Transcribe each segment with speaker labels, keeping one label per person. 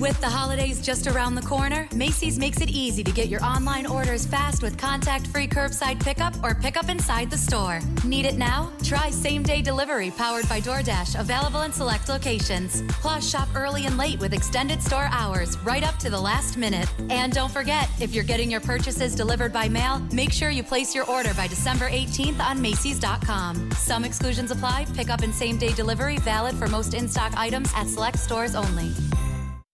Speaker 1: With the holidays just around the corner, Macy's makes it easy to get your online orders fast with contact free curbside pickup or pickup inside the store. Need it now? Try same day delivery powered by DoorDash, available in select locations. Plus, shop early and late with extended store hours right up to the last minute. And don't forget, if you're getting your purchases delivered by mail, make sure you place your order by December 18th on Macy's.com. Some exclusions apply, pickup and same day delivery valid for most in stock items at select stores only.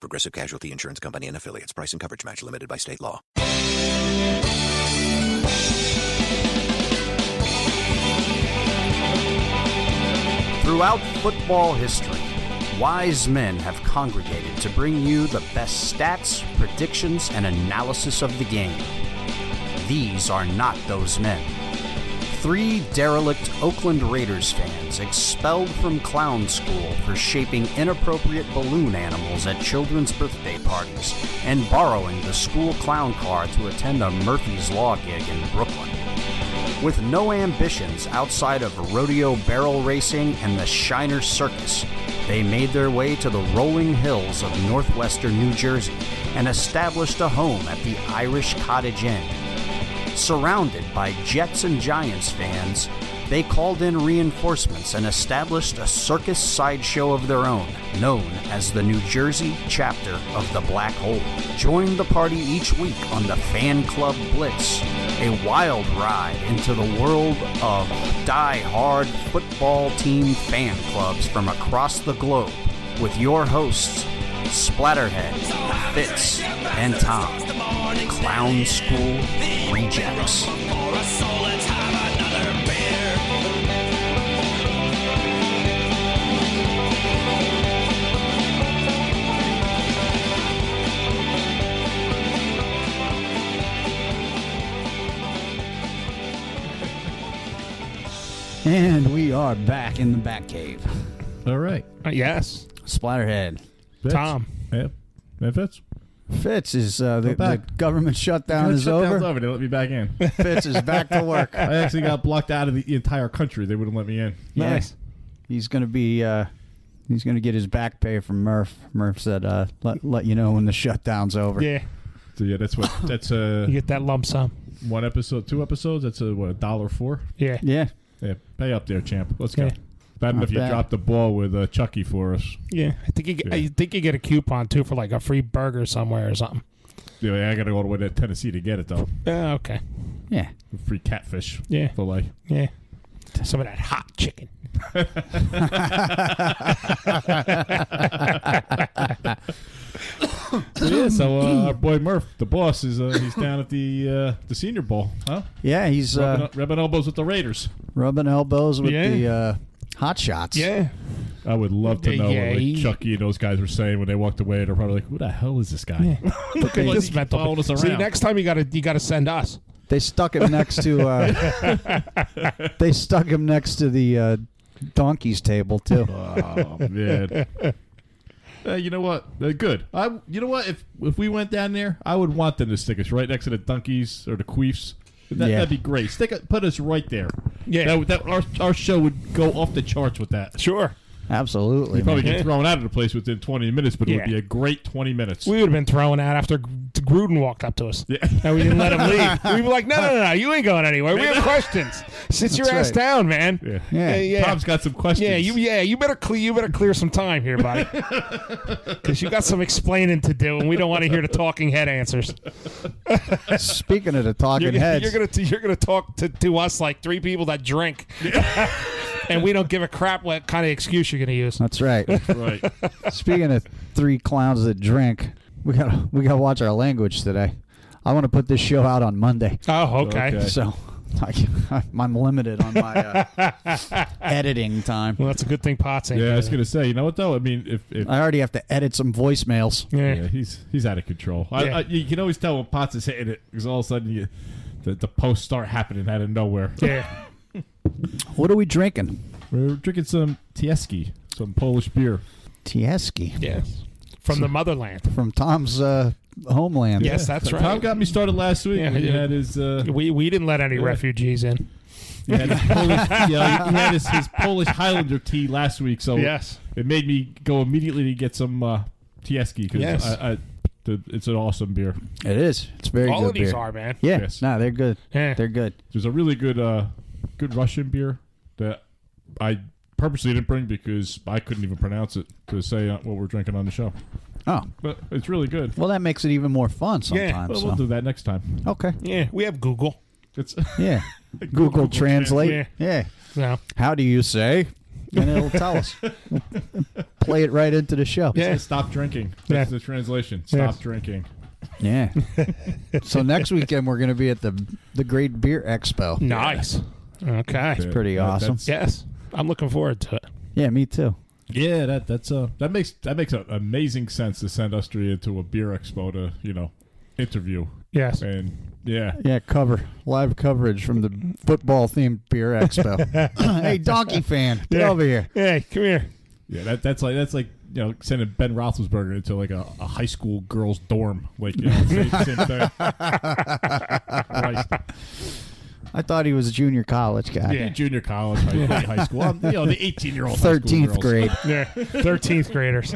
Speaker 2: Progressive Casualty Insurance Company and affiliates. Price and coverage match limited by state law.
Speaker 3: Throughout football history, wise men have congregated to bring you the best stats, predictions, and analysis of the game. These are not those men. Three derelict Oakland Raiders fans expelled from clown school for shaping inappropriate balloon animals at children's birthday parties and borrowing the school clown car to attend a Murphy's Law gig in Brooklyn. With no ambitions outside of rodeo barrel racing and the Shiner Circus, they made their way to the rolling hills of northwestern New Jersey and established a home at the Irish Cottage Inn. Surrounded by Jets and Giants fans, they called in reinforcements and established a circus sideshow of their own, known as the New Jersey chapter of the Black Hole. Join the party each week on the Fan Club Blitz, a wild ride into the world of die-hard football team fan clubs from across the globe, with your hosts Splatterhead, Fitz, and Tom, Clown School Rejects.
Speaker 4: And we are back in the back cave.
Speaker 5: All right.
Speaker 6: Uh, yes.
Speaker 3: Splatterhead.
Speaker 5: Fitz?
Speaker 6: Tom.
Speaker 5: Yeah. If it's
Speaker 4: Fitz is uh, the, the
Speaker 5: back.
Speaker 4: government shutdown is over.
Speaker 5: They let me back in.
Speaker 4: Fitz is back to work.
Speaker 5: I actually got blocked out of the entire country. They wouldn't let me in.
Speaker 4: Nice. He's gonna be. Uh, he's gonna get his back pay from Murph. Murph said, uh, "Let let you know when the shutdown's over."
Speaker 6: Yeah.
Speaker 5: So yeah, that's what. That's uh,
Speaker 6: You get that lump sum.
Speaker 5: one episode, two episodes. That's a what a dollar four.
Speaker 6: Yeah.
Speaker 4: Yeah.
Speaker 5: Yeah, pay up there, champ. Let's go.
Speaker 6: Yeah.
Speaker 5: Bad enough you
Speaker 4: bad.
Speaker 5: dropped the ball with uh, Chucky for us.
Speaker 6: Yeah. I think you get, I
Speaker 5: Yeah.
Speaker 6: think you get a coupon too for like a free burger somewhere or something.
Speaker 5: Yeah, I got to go all the way to Tennessee to get it though.
Speaker 6: Uh, okay.
Speaker 4: Yeah.
Speaker 5: Free catfish
Speaker 6: Yeah.
Speaker 5: fillet.
Speaker 6: Yeah. Some of that hot chicken.
Speaker 5: So, yeah, so uh, our boy Murph, the boss, is uh, he's down at the uh, the Senior Bowl, huh?
Speaker 4: Yeah. He's
Speaker 5: Rubbing,
Speaker 4: uh,
Speaker 5: rubbing elbows with the Raiders.
Speaker 4: rubbing elbows with
Speaker 6: Yeah.
Speaker 4: the uh, hot shots.
Speaker 6: Yeah.
Speaker 5: I would love to know
Speaker 6: Yeah,
Speaker 5: what like,
Speaker 6: he-
Speaker 5: Chucky and those guys were saying when they walked away. They're probably like, "Who the hell is this guy?"
Speaker 6: Look at
Speaker 5: Like,
Speaker 6: this
Speaker 5: he
Speaker 6: mental.
Speaker 5: followed us
Speaker 6: See,
Speaker 5: around.
Speaker 6: next time you gotta you gotta send us.
Speaker 4: They stuck him next to. Uh, they stuck him next to the uh, donkey's table too.
Speaker 5: Oh man, Uh, you know what? Uh, good. I. You know what? If if we went down there, I would want them to stick us right next to the Dunkies or the Queefs. That,
Speaker 4: Yeah.
Speaker 5: That'd be great. Stick it- put us right there.
Speaker 6: Yeah.
Speaker 5: That, would- that our, our show would go off the charts with that.
Speaker 6: Sure.
Speaker 4: Absolutely. man.
Speaker 5: Probably get thrown out of the place within 20 minutes, but it
Speaker 6: Yeah.
Speaker 5: would be a great 20 minutes.
Speaker 6: We would have been thrown out after G- Gruden walked up to us. Yeah. And we didn't let him leave. We were like, no, no, no, no, you ain't going anywhere. We have questions. Sit your
Speaker 4: That's
Speaker 6: ass
Speaker 4: right.
Speaker 6: down, man.
Speaker 5: yeah.
Speaker 4: Yeah.
Speaker 6: yeah.
Speaker 5: Tom's got some questions.
Speaker 6: Yeah, you yeah, you better clear you better clear some time here, buddy. Cuz you got some explaining to do and we don't want to hear the talking head answers.
Speaker 4: Speaking of the
Speaker 6: You're,
Speaker 4: talking
Speaker 6: gonna-
Speaker 4: heads,
Speaker 6: you're going to you're going to talk to to us like three people that drink. and we don't give a crap what kind of excuse you're going to use.
Speaker 4: that's right.
Speaker 5: right.
Speaker 4: Speaking of three clowns that drink, we gotta we gotta watch our language today. I want to put this show out on Monday,
Speaker 6: Oh, okay.
Speaker 5: Okay.
Speaker 4: so I, I'm limited on my uh, editing time.
Speaker 6: Well, that's a good thing Potts ain't.
Speaker 5: Yeah, I was
Speaker 6: doing
Speaker 5: gonna say. You know what though? I mean, if, if
Speaker 4: I already have to edit some voicemails.
Speaker 6: it.
Speaker 5: Yeah,
Speaker 6: Yeah.
Speaker 5: he's he's out of control. I,
Speaker 6: Yeah.
Speaker 5: I, you can always tell when Potts is hitting it because all of a sudden you, the the posts start happening out of nowhere.
Speaker 6: Yeah.
Speaker 4: What are we drinking?
Speaker 5: We're drinking some Tieski, some Polish beer.
Speaker 4: Tieski
Speaker 6: Yeah. From the motherland.
Speaker 4: from Tom's uh, homeland.
Speaker 6: Yes, that's right.
Speaker 5: Tom got me started last week.
Speaker 6: Yeah,
Speaker 5: when he
Speaker 6: yeah.
Speaker 5: had his uh,
Speaker 6: we, we didn't let any refugees in.
Speaker 5: he had his Polish, yeah, he had his, his Polish Highlander tea last week. So
Speaker 6: Yes.
Speaker 5: it made me go immediately to get some uh, Tieski because
Speaker 6: Yes.
Speaker 5: I, I, the, it's an awesome beer.
Speaker 4: it is. It's very
Speaker 6: All
Speaker 4: good
Speaker 6: of these
Speaker 4: beer.
Speaker 6: are, man.
Speaker 4: Yeah,
Speaker 5: Yes.
Speaker 4: no, they're good.
Speaker 6: Yeah.
Speaker 4: They're good.
Speaker 5: There's a really good uh, good Russian beer that I purposely didn't bring because I couldn't even pronounce it to say uh, what we're drinking on the show.
Speaker 4: Oh,
Speaker 5: But it's really good.
Speaker 4: well, that makes it even more fun sometimes.
Speaker 5: Well,
Speaker 4: so.
Speaker 5: we'll do that next time.
Speaker 4: okay.
Speaker 6: Yeah, we have Google.
Speaker 5: It's
Speaker 4: Yeah. Google,
Speaker 6: Translate.
Speaker 4: Translate. yeah.
Speaker 6: No.
Speaker 4: How do you say? And it'll tell us. Play it right into the show.
Speaker 6: Yeah.
Speaker 5: stop drinking. That's
Speaker 6: Yeah.
Speaker 5: the translation. Stop
Speaker 6: Yes.
Speaker 5: drinking.
Speaker 4: Yeah. so next weekend we're going to be at the the Great Beer Expo.
Speaker 6: Nice. Okay.
Speaker 5: Yeah,
Speaker 4: Oh. pretty
Speaker 5: that-
Speaker 4: awesome.
Speaker 5: that's-
Speaker 6: Yes. I'm looking forward to it.
Speaker 4: Yeah, me too.
Speaker 5: Yeah, that that's uh that makes that makes a, amazing sense to send us three into a beer expo to you know interview
Speaker 6: Yes.
Speaker 5: and yeah
Speaker 4: Yeah, cover live coverage from the football themed beer expo. hey, donkey fan, get
Speaker 6: Yeah.
Speaker 4: over here.
Speaker 6: Hey, come here.
Speaker 5: yeah that that's like that's like you know sending Ben Roethlisberger into like a, a high school girls dorm like you know, same, same thing. Christ.
Speaker 4: I thought he was a junior college guy.
Speaker 6: Yeah.
Speaker 5: junior college high, high school I'm, you know the eighteen year old
Speaker 4: Thirteenth grade.
Speaker 6: Yeah. 13th graders.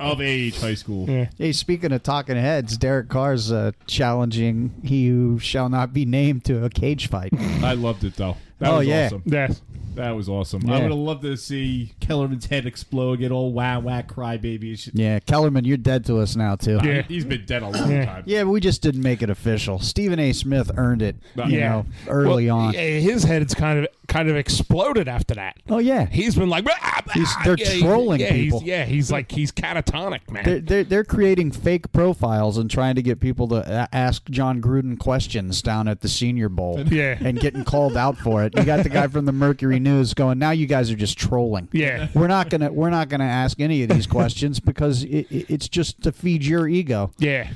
Speaker 5: of age high school
Speaker 6: Yeah.
Speaker 4: Hey, speaking of talking heads, Derek Carr's uh, challenging he who shall not be named to a cage fight.
Speaker 5: I loved it though that
Speaker 4: Oh,
Speaker 5: was
Speaker 4: yeah.
Speaker 5: awesome
Speaker 6: Yes.
Speaker 5: That was awesome.
Speaker 4: Yeah.
Speaker 5: I would have loved to see Kellerman's head explode, get all wah wah crybaby. shit.
Speaker 4: yeah, Kellerman, you're dead to us now too.
Speaker 6: Yeah.
Speaker 5: He's been dead a long
Speaker 6: Yeah.
Speaker 5: time.
Speaker 4: Yeah, but we just didn't make it official. Stephen A. Smith earned it, you
Speaker 6: yeah.
Speaker 4: know, early
Speaker 6: Well,
Speaker 4: on.
Speaker 6: yeah, His head's kind of kind of exploded after that.
Speaker 4: Oh yeah,
Speaker 6: He's been like, "Bah, bah."
Speaker 4: He's- they're
Speaker 6: Ah, Yeah, he-
Speaker 4: trolling
Speaker 6: yeah, he's-
Speaker 4: people.
Speaker 6: yeah, he's like he's catatonic, man.
Speaker 4: they're, they're they're creating fake profiles and trying to get people to a- ask John Gruden questions down at the Senior Bowl.
Speaker 6: Yeah.
Speaker 4: and getting called out for it. You got the guy from the Mercury News going, "Now you guys are just trolling."
Speaker 6: Yeah.
Speaker 4: we're not gonna we're not gonna ask any of these questions because it, it, it's just to feed your ego.
Speaker 6: yeah.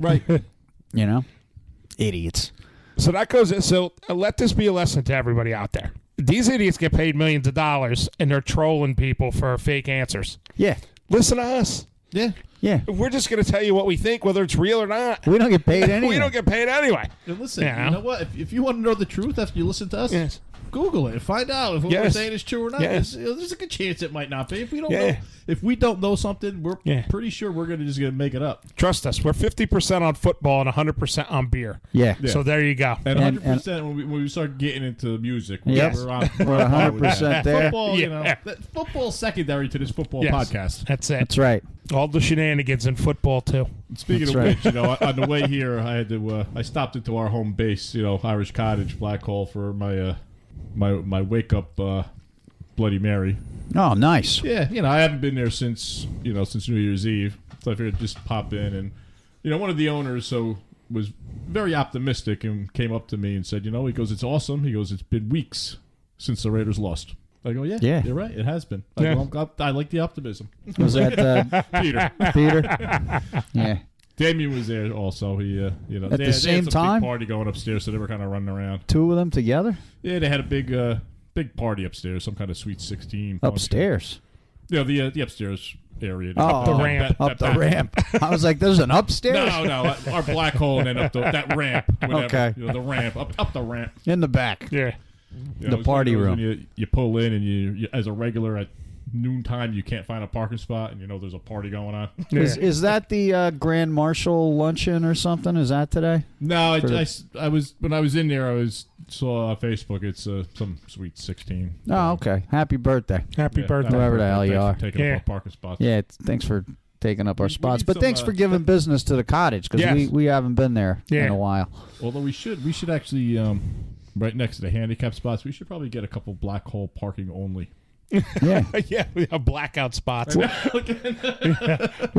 Speaker 5: Right.
Speaker 4: You know, idiots.
Speaker 6: So that goes. So uh, let this be a lesson to everybody out there. These idiots get paid millions of dollars and they're trolling people for fake answers.
Speaker 4: Yeah,
Speaker 6: Listen to us.
Speaker 5: yeah.
Speaker 4: yeah.
Speaker 6: We're just going to tell you what we think, whether it's real or not.
Speaker 4: We don't get paid anything.
Speaker 6: We don't get paid anyway.
Speaker 5: And listen,
Speaker 6: Yeah.
Speaker 5: you know what? If, if you want to know the truth after you listen to us,
Speaker 6: Yes.
Speaker 5: Google it. Find out if what we're
Speaker 6: Yes.
Speaker 5: saying is true or not.
Speaker 6: Yes.
Speaker 5: There's, there's a good chance it might not be. If we don't
Speaker 6: Yeah.
Speaker 5: know, if we don't know something, we're
Speaker 6: Yeah.
Speaker 5: pretty sure we're gonna just gonna make it up.
Speaker 6: Trust us. We're 50% on football and 100% on beer.
Speaker 4: yeah.
Speaker 6: So there you go.
Speaker 5: And
Speaker 4: And-
Speaker 5: 100 percent when we when we start getting into music, we're,
Speaker 6: Yes.
Speaker 5: we're on.
Speaker 4: We're 100% there.
Speaker 5: Football, you know,
Speaker 6: Yeah.
Speaker 5: that, football secondary to this football
Speaker 6: Yes.
Speaker 5: podcast.
Speaker 6: That's it.
Speaker 4: That's right.
Speaker 6: All the shenanigans in football, too.
Speaker 5: Speaking
Speaker 4: That's
Speaker 5: of
Speaker 4: right.
Speaker 5: which, you know, I- on the way here, I had to uh, I stopped into our home base, you know, Irish Cottage, Black Hole for my uh, my my wake up uh, Bloody Mary.
Speaker 4: Oh, nice.
Speaker 5: Yeah, you know, I haven't been there since you know since New Year's Eve, so I figured just pop in and you know one of the owners so was very optimistic and came up to me and said, you know, he goes, it's awesome. He goes, it's been weeks since the Raiders lost. I go, yeah,
Speaker 4: Yeah.
Speaker 5: you're right. It has been. I,
Speaker 6: Yeah.
Speaker 5: go, I'm glad- I like the optimism.
Speaker 4: Was that uh,
Speaker 5: Peter.
Speaker 4: Peter? Yeah.
Speaker 5: Damien was there also. He, uh, you know,
Speaker 4: At
Speaker 5: they,
Speaker 4: the
Speaker 5: had- they
Speaker 4: same
Speaker 5: had some
Speaker 4: time?
Speaker 5: big party going upstairs, so they were kind of running around.
Speaker 4: Two of them together.
Speaker 5: Yeah, they had a big, uh, big party upstairs, some kind of sweet sixteen. function.
Speaker 4: Upstairs. Oh,
Speaker 5: Yeah, the uh, the upstairs area.
Speaker 4: Up the
Speaker 6: ramp.
Speaker 4: Up the
Speaker 5: back-
Speaker 4: ramp. I was like, there's an upstairs?
Speaker 5: No, no, our black hole and then up the, that ramp. Whatever.
Speaker 4: Okay.
Speaker 5: You know, the ramp up up the ramp.
Speaker 4: In the back.
Speaker 6: Yeah.
Speaker 5: You know,
Speaker 4: The
Speaker 5: it's one of
Speaker 4: party
Speaker 5: those
Speaker 4: room.
Speaker 5: when You, you pull in and you, you as a regular at noontime you can't find a parking spot and you know there's a party going on.
Speaker 6: Yeah.
Speaker 4: Is, is that the uh, Grand Marshal luncheon or something? Is that today?
Speaker 5: No, I, I s- I was when I was in there. I was saw on Facebook. It's uh, some sweet sixteen.
Speaker 4: Oh, okay. Happy birthday.
Speaker 6: Happy
Speaker 5: Yeah,
Speaker 6: birthday.
Speaker 5: that-
Speaker 4: Whoever the hell you
Speaker 5: thanks for
Speaker 4: are.
Speaker 5: taking
Speaker 6: Yeah.
Speaker 5: up our parking spots.
Speaker 4: Yeah, it's- thanks for taking up our
Speaker 5: We- we
Speaker 4: spots.
Speaker 5: need
Speaker 4: But
Speaker 5: some,
Speaker 4: thanks
Speaker 5: uh,
Speaker 4: for giving business to the cottage because
Speaker 6: Yes.
Speaker 4: we, we haven't been there
Speaker 6: Yeah.
Speaker 4: in a while.
Speaker 5: Although we should we should actually um, right next to the handicap spots. We should probably get a couple black hole parking only.
Speaker 4: Yeah.
Speaker 6: yeah, we have blackout spots.
Speaker 4: what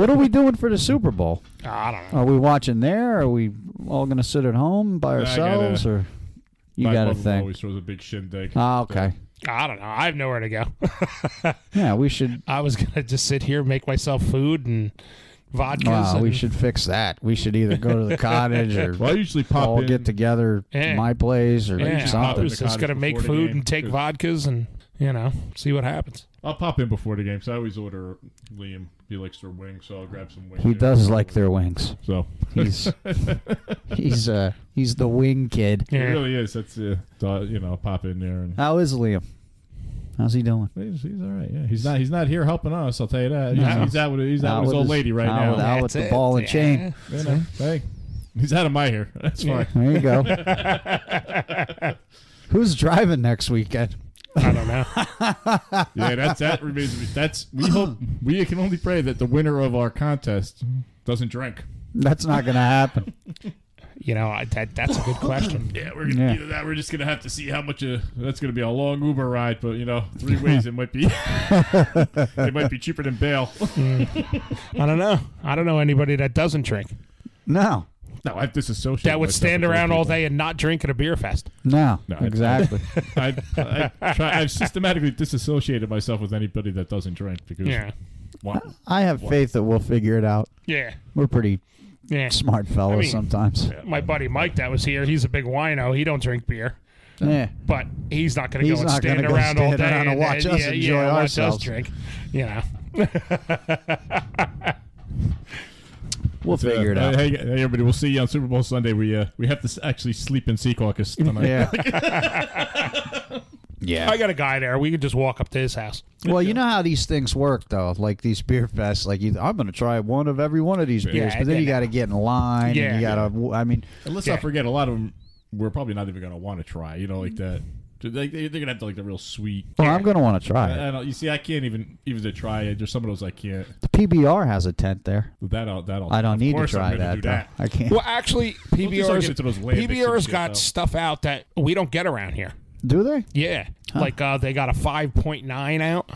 Speaker 4: are we doing for the Super Bowl?
Speaker 6: I don't know.
Speaker 4: Are we watching there? Are we all going to sit at home by
Speaker 5: I gotta-
Speaker 4: ourselves? or you
Speaker 5: My
Speaker 4: got a
Speaker 5: mother
Speaker 4: thing?
Speaker 5: Always throws a big shindig.
Speaker 4: Oh, okay.
Speaker 6: I don't know. I have nowhere to go.
Speaker 4: Yeah, we should.
Speaker 6: I was gonna just sit here, make myself food and vodkas.
Speaker 4: Wow, we
Speaker 6: and-
Speaker 4: should fix that. We should either go to the cottage or
Speaker 5: well, I usually pop
Speaker 4: all
Speaker 5: in.
Speaker 4: get together
Speaker 6: Yeah.
Speaker 4: at my place or
Speaker 6: Yeah, I
Speaker 4: something.
Speaker 6: was just
Speaker 5: Cottage
Speaker 6: gonna make
Speaker 5: before the
Speaker 6: food
Speaker 5: game.
Speaker 6: and take
Speaker 5: Good.
Speaker 6: vodkas and you know see what happens.
Speaker 5: I'll pop in before the game. So I always order Liam. He likes their wings, so I'll grab some wings.
Speaker 4: He does like their wings.
Speaker 5: So
Speaker 4: He's he's uh he's the wing kid.
Speaker 5: it
Speaker 6: Yeah.
Speaker 5: really is. That's uh, uh, you know, pop in there and.
Speaker 4: How is Liam? How's he doing?
Speaker 5: He's, he's all right. Yeah, he's not. He's not here helping us. I'll tell you that. He's,
Speaker 4: No.
Speaker 5: he's out with he's out, with his old lady right
Speaker 4: out
Speaker 5: now.
Speaker 4: With, out with the ball and chain.
Speaker 5: You know, hey, he's out of my hair. That's fine.
Speaker 4: There you go. Who's driving next weekend?
Speaker 6: I don't know.
Speaker 5: Yeah, that's that remains. to be- That's we hope we can only pray that the winner of our contest doesn't drink.
Speaker 4: That's not going to happen.
Speaker 6: you know, I, Uh, that, that's a good question.
Speaker 5: Yeah, we're gonna
Speaker 4: Yeah.
Speaker 5: either that. We're just gonna have to see how much. Uh, that's gonna be a long Uber ride, but you know, three ways it might be. it might be cheaper than bail.
Speaker 6: I don't know. I don't know anybody that doesn't drink
Speaker 4: No,
Speaker 5: no, I've disassociated.
Speaker 6: that would
Speaker 5: myself
Speaker 6: stand
Speaker 5: with those
Speaker 6: around all
Speaker 5: people.
Speaker 6: day and not drink at a beer fest.
Speaker 4: no,
Speaker 5: No, I-
Speaker 4: exactly.
Speaker 5: I've, I've, tried, I've systematically disassociated myself with anybody that doesn't drink because
Speaker 6: Yeah.
Speaker 5: Why-
Speaker 4: I have faith that we'll figure it out.
Speaker 6: Yeah.
Speaker 4: We're pretty
Speaker 6: Yeah.
Speaker 4: smart fellows
Speaker 6: I mean-
Speaker 4: sometimes.
Speaker 6: My buddy Mike that was here, he's a big wino. He don't drink beer.
Speaker 4: Yeah.
Speaker 6: But he's not going to
Speaker 4: He's
Speaker 6: go and
Speaker 4: not
Speaker 6: stand
Speaker 4: gonna go
Speaker 6: around all
Speaker 4: stand
Speaker 6: day
Speaker 4: around and watch us
Speaker 6: yeah,
Speaker 4: enjoy
Speaker 6: yeah, watch
Speaker 4: ourselves.
Speaker 6: us drink. You know,
Speaker 4: We'll figure it
Speaker 5: Uh,
Speaker 4: out.
Speaker 5: Hey, hey, everybody! We'll see you on Super Bowl Sunday. We uh, we have to s- actually sleep in Sea Caucus tonight.
Speaker 4: Yeah. yeah.
Speaker 6: I got a guy there. We could just walk up to his house.
Speaker 4: Well, you know how these things work, though. Like these beer fests, like you, I'm going to try one of every one of these beers, but then you
Speaker 6: yeah.
Speaker 4: got to get in line.
Speaker 6: Yeah.
Speaker 4: and you got to. I mean,
Speaker 5: And let's
Speaker 6: Yeah.
Speaker 5: not forget, a lot of them we're probably not even going to want to try. You know, like that. Like they, they're gonna have to like the real sweet.
Speaker 4: well, I'm going to want to try it.
Speaker 5: I don't, you see, I can't even even to try it. There's some of those I can't.
Speaker 4: The PBR has a tent there.
Speaker 5: That I'll, that'll.
Speaker 4: I don't
Speaker 5: of
Speaker 4: need to
Speaker 5: course I'm
Speaker 4: try
Speaker 5: gonna
Speaker 4: that,
Speaker 5: do
Speaker 4: though. I can't.
Speaker 6: Well, actually, PBR's,
Speaker 5: start getting to those lambics and
Speaker 6: PBR's
Speaker 5: shit,
Speaker 6: got
Speaker 5: though.
Speaker 6: stuff out that we don't get around here.
Speaker 4: Do they?
Speaker 6: Yeah, like uh, they got a five point nine out,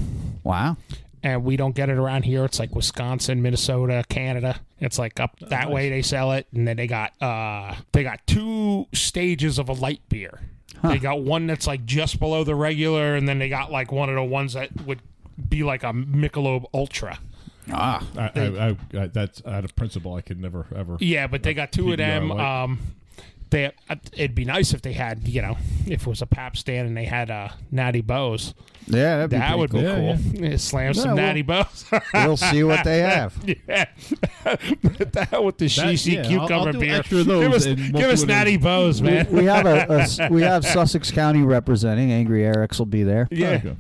Speaker 4: Wow.
Speaker 6: and we don't get it around here. It's like Wisconsin, Minnesota, Canada. It's like up that way they sell it, and then they got uh, they got two stages of a light beer. They got one that's like just below the regular, and then they got like one of the ones that would be like a Michelob Ultra.
Speaker 4: Ah.
Speaker 5: I, I, I, I, that's out of principle. I could never ever.
Speaker 6: Yeah, but they got two of
Speaker 5: PBR
Speaker 6: them.
Speaker 5: light.
Speaker 6: Um, they uh, it'd be nice if they had you know if it was a Pap stand and they had uh, Natty Bows.
Speaker 4: Yeah, that'd be
Speaker 6: That
Speaker 4: pretty
Speaker 6: would
Speaker 4: cool.
Speaker 6: be cool. Yeah, Slam some
Speaker 4: Yeah, well-
Speaker 6: Natty Bows.
Speaker 4: we'll see what they have.
Speaker 6: Yeah, Put that with the
Speaker 5: That-
Speaker 6: shishi
Speaker 5: yeah, I'll-
Speaker 6: cucumber
Speaker 5: I'll do
Speaker 6: beer.
Speaker 5: extra of those
Speaker 6: give us,
Speaker 5: and we'll
Speaker 6: give
Speaker 5: do
Speaker 6: us
Speaker 5: it
Speaker 6: natty
Speaker 5: in-
Speaker 6: bows, man.
Speaker 4: We have a, a- we have Sussex County representing. Angry Eric's will be there.
Speaker 6: yeah,
Speaker 5: Okay.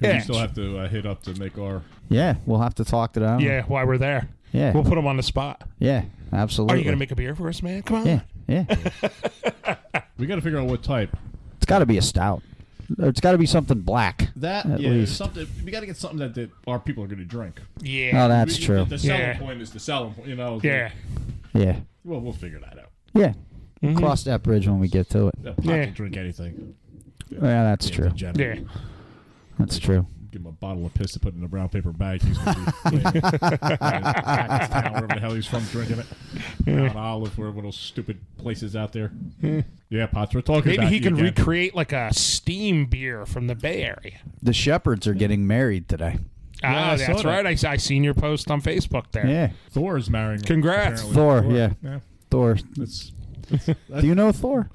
Speaker 6: Yeah.
Speaker 5: We still have to uh, hit up to make our.
Speaker 4: Yeah, we'll have to talk to them.
Speaker 6: yeah. While we're there,
Speaker 4: Yeah.
Speaker 6: we'll put them on the spot.
Speaker 4: Yeah, absolutely.
Speaker 6: Are you gonna make a beer for us, man? Come on.
Speaker 4: Yeah, yeah.
Speaker 5: We got to figure out what type.
Speaker 4: it's got to be a stout. It's got to be something black.
Speaker 5: That
Speaker 4: at
Speaker 5: yeah,
Speaker 4: least.
Speaker 5: something. We got to get something that, that our people are going to drink.
Speaker 6: Yeah.
Speaker 4: Oh, that's
Speaker 5: We-
Speaker 4: true.
Speaker 5: The selling
Speaker 6: Yeah.
Speaker 5: point is the selling point. You know. it's like,
Speaker 6: yeah.
Speaker 4: Yeah,
Speaker 5: well, we'll figure that out.
Speaker 4: yeah.
Speaker 6: Mm-hmm.
Speaker 4: Cross that bridge when we get to it.
Speaker 5: That pot
Speaker 6: Yeah.
Speaker 5: can drink anything.
Speaker 4: Yeah, that's true.
Speaker 6: Yeah.
Speaker 5: Degenerate.
Speaker 4: That's true.
Speaker 5: Give him a bottle of piss to put in a brown paper bag. He's going to be Pakistan, wherever the hell he's from, drinking it. Mount Olive, where one of those stupid places out there. yeah, Potts, we're talking
Speaker 6: Maybe
Speaker 5: about
Speaker 6: he
Speaker 5: you
Speaker 6: can
Speaker 5: again.
Speaker 6: recreate like a steam beer from the Bay Area.
Speaker 4: The Shepherds are getting married today.
Speaker 6: Ah,
Speaker 5: I saw
Speaker 6: that's
Speaker 5: that.
Speaker 6: right. I, I seen your post on Facebook there.
Speaker 4: Yeah,
Speaker 5: Thor is marrying.
Speaker 6: Congrats.
Speaker 5: apparently.
Speaker 4: Thor. Yeah,
Speaker 5: Yeah,
Speaker 4: Thor.
Speaker 5: that's
Speaker 4: Do you know Thor?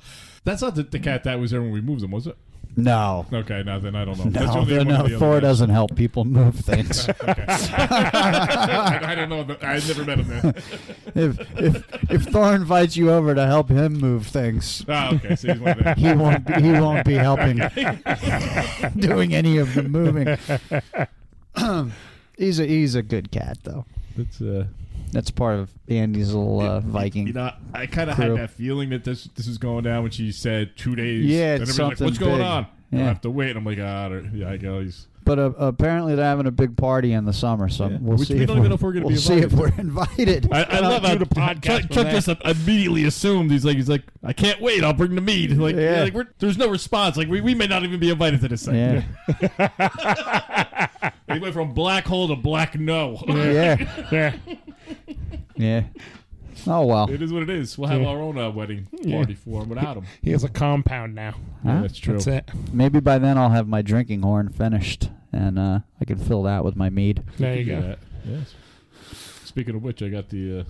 Speaker 5: that's not the, the cat that was there when we moved him, was it?
Speaker 4: No.
Speaker 5: Okay, now then I don't know. That's
Speaker 4: No,
Speaker 5: only
Speaker 4: no,
Speaker 5: one of
Speaker 4: no
Speaker 5: the other
Speaker 4: Thor
Speaker 5: guys.
Speaker 4: doesn't help people move things.
Speaker 5: I, I don't know. but I've never met him there.
Speaker 4: if if if Thor invites you over to help him move things,
Speaker 5: Ah, okay. So he's one of them.
Speaker 4: he won't be, he won't be helping doing any of the moving. he's a he's a good cat though.
Speaker 5: That's uh,
Speaker 4: That's part of Andy's little uh, Viking.
Speaker 5: You know, I kind of
Speaker 4: True.
Speaker 5: had that feeling that this this is going down when she said two days.
Speaker 4: Yeah,
Speaker 5: and
Speaker 4: it's
Speaker 5: everybody's
Speaker 4: something
Speaker 5: like, What's going
Speaker 4: big.
Speaker 5: on?
Speaker 4: Yeah.
Speaker 5: I have to wait. And I'm like, ah, there- yeah, I go. He's
Speaker 4: But uh, apparently they're having a big party in the summer, so
Speaker 5: Yeah.
Speaker 4: we'll
Speaker 5: Which
Speaker 4: see.
Speaker 5: we
Speaker 4: if
Speaker 5: don't even know if we're gonna
Speaker 4: we'll
Speaker 5: be
Speaker 4: see if
Speaker 5: invited.
Speaker 4: we're invited.
Speaker 5: I, I love
Speaker 6: do
Speaker 5: how
Speaker 6: the podcast
Speaker 5: Chuck,
Speaker 6: from
Speaker 5: Chuck
Speaker 6: that.
Speaker 5: just immediately assumed he's like he's like I can't wait. I'll bring the meat. Like,
Speaker 4: Yeah.
Speaker 5: like we're, there's no response. Like we, we may not even be invited to this thing.
Speaker 4: yeah,
Speaker 5: He went from black hole to black no.
Speaker 4: yeah,
Speaker 6: Yeah.
Speaker 4: yeah. Oh well.
Speaker 5: it is what it is. We'll have our own uh, wedding party for him without him.
Speaker 6: He has a compound now.
Speaker 4: Huh?
Speaker 5: that's true.
Speaker 6: That's it.
Speaker 4: Maybe by then I'll have my drinking horn finished, and uh, I can fill that with my mead.
Speaker 6: There you
Speaker 5: Do
Speaker 6: go.
Speaker 5: that. Yes. Speaking of which, I got the uh,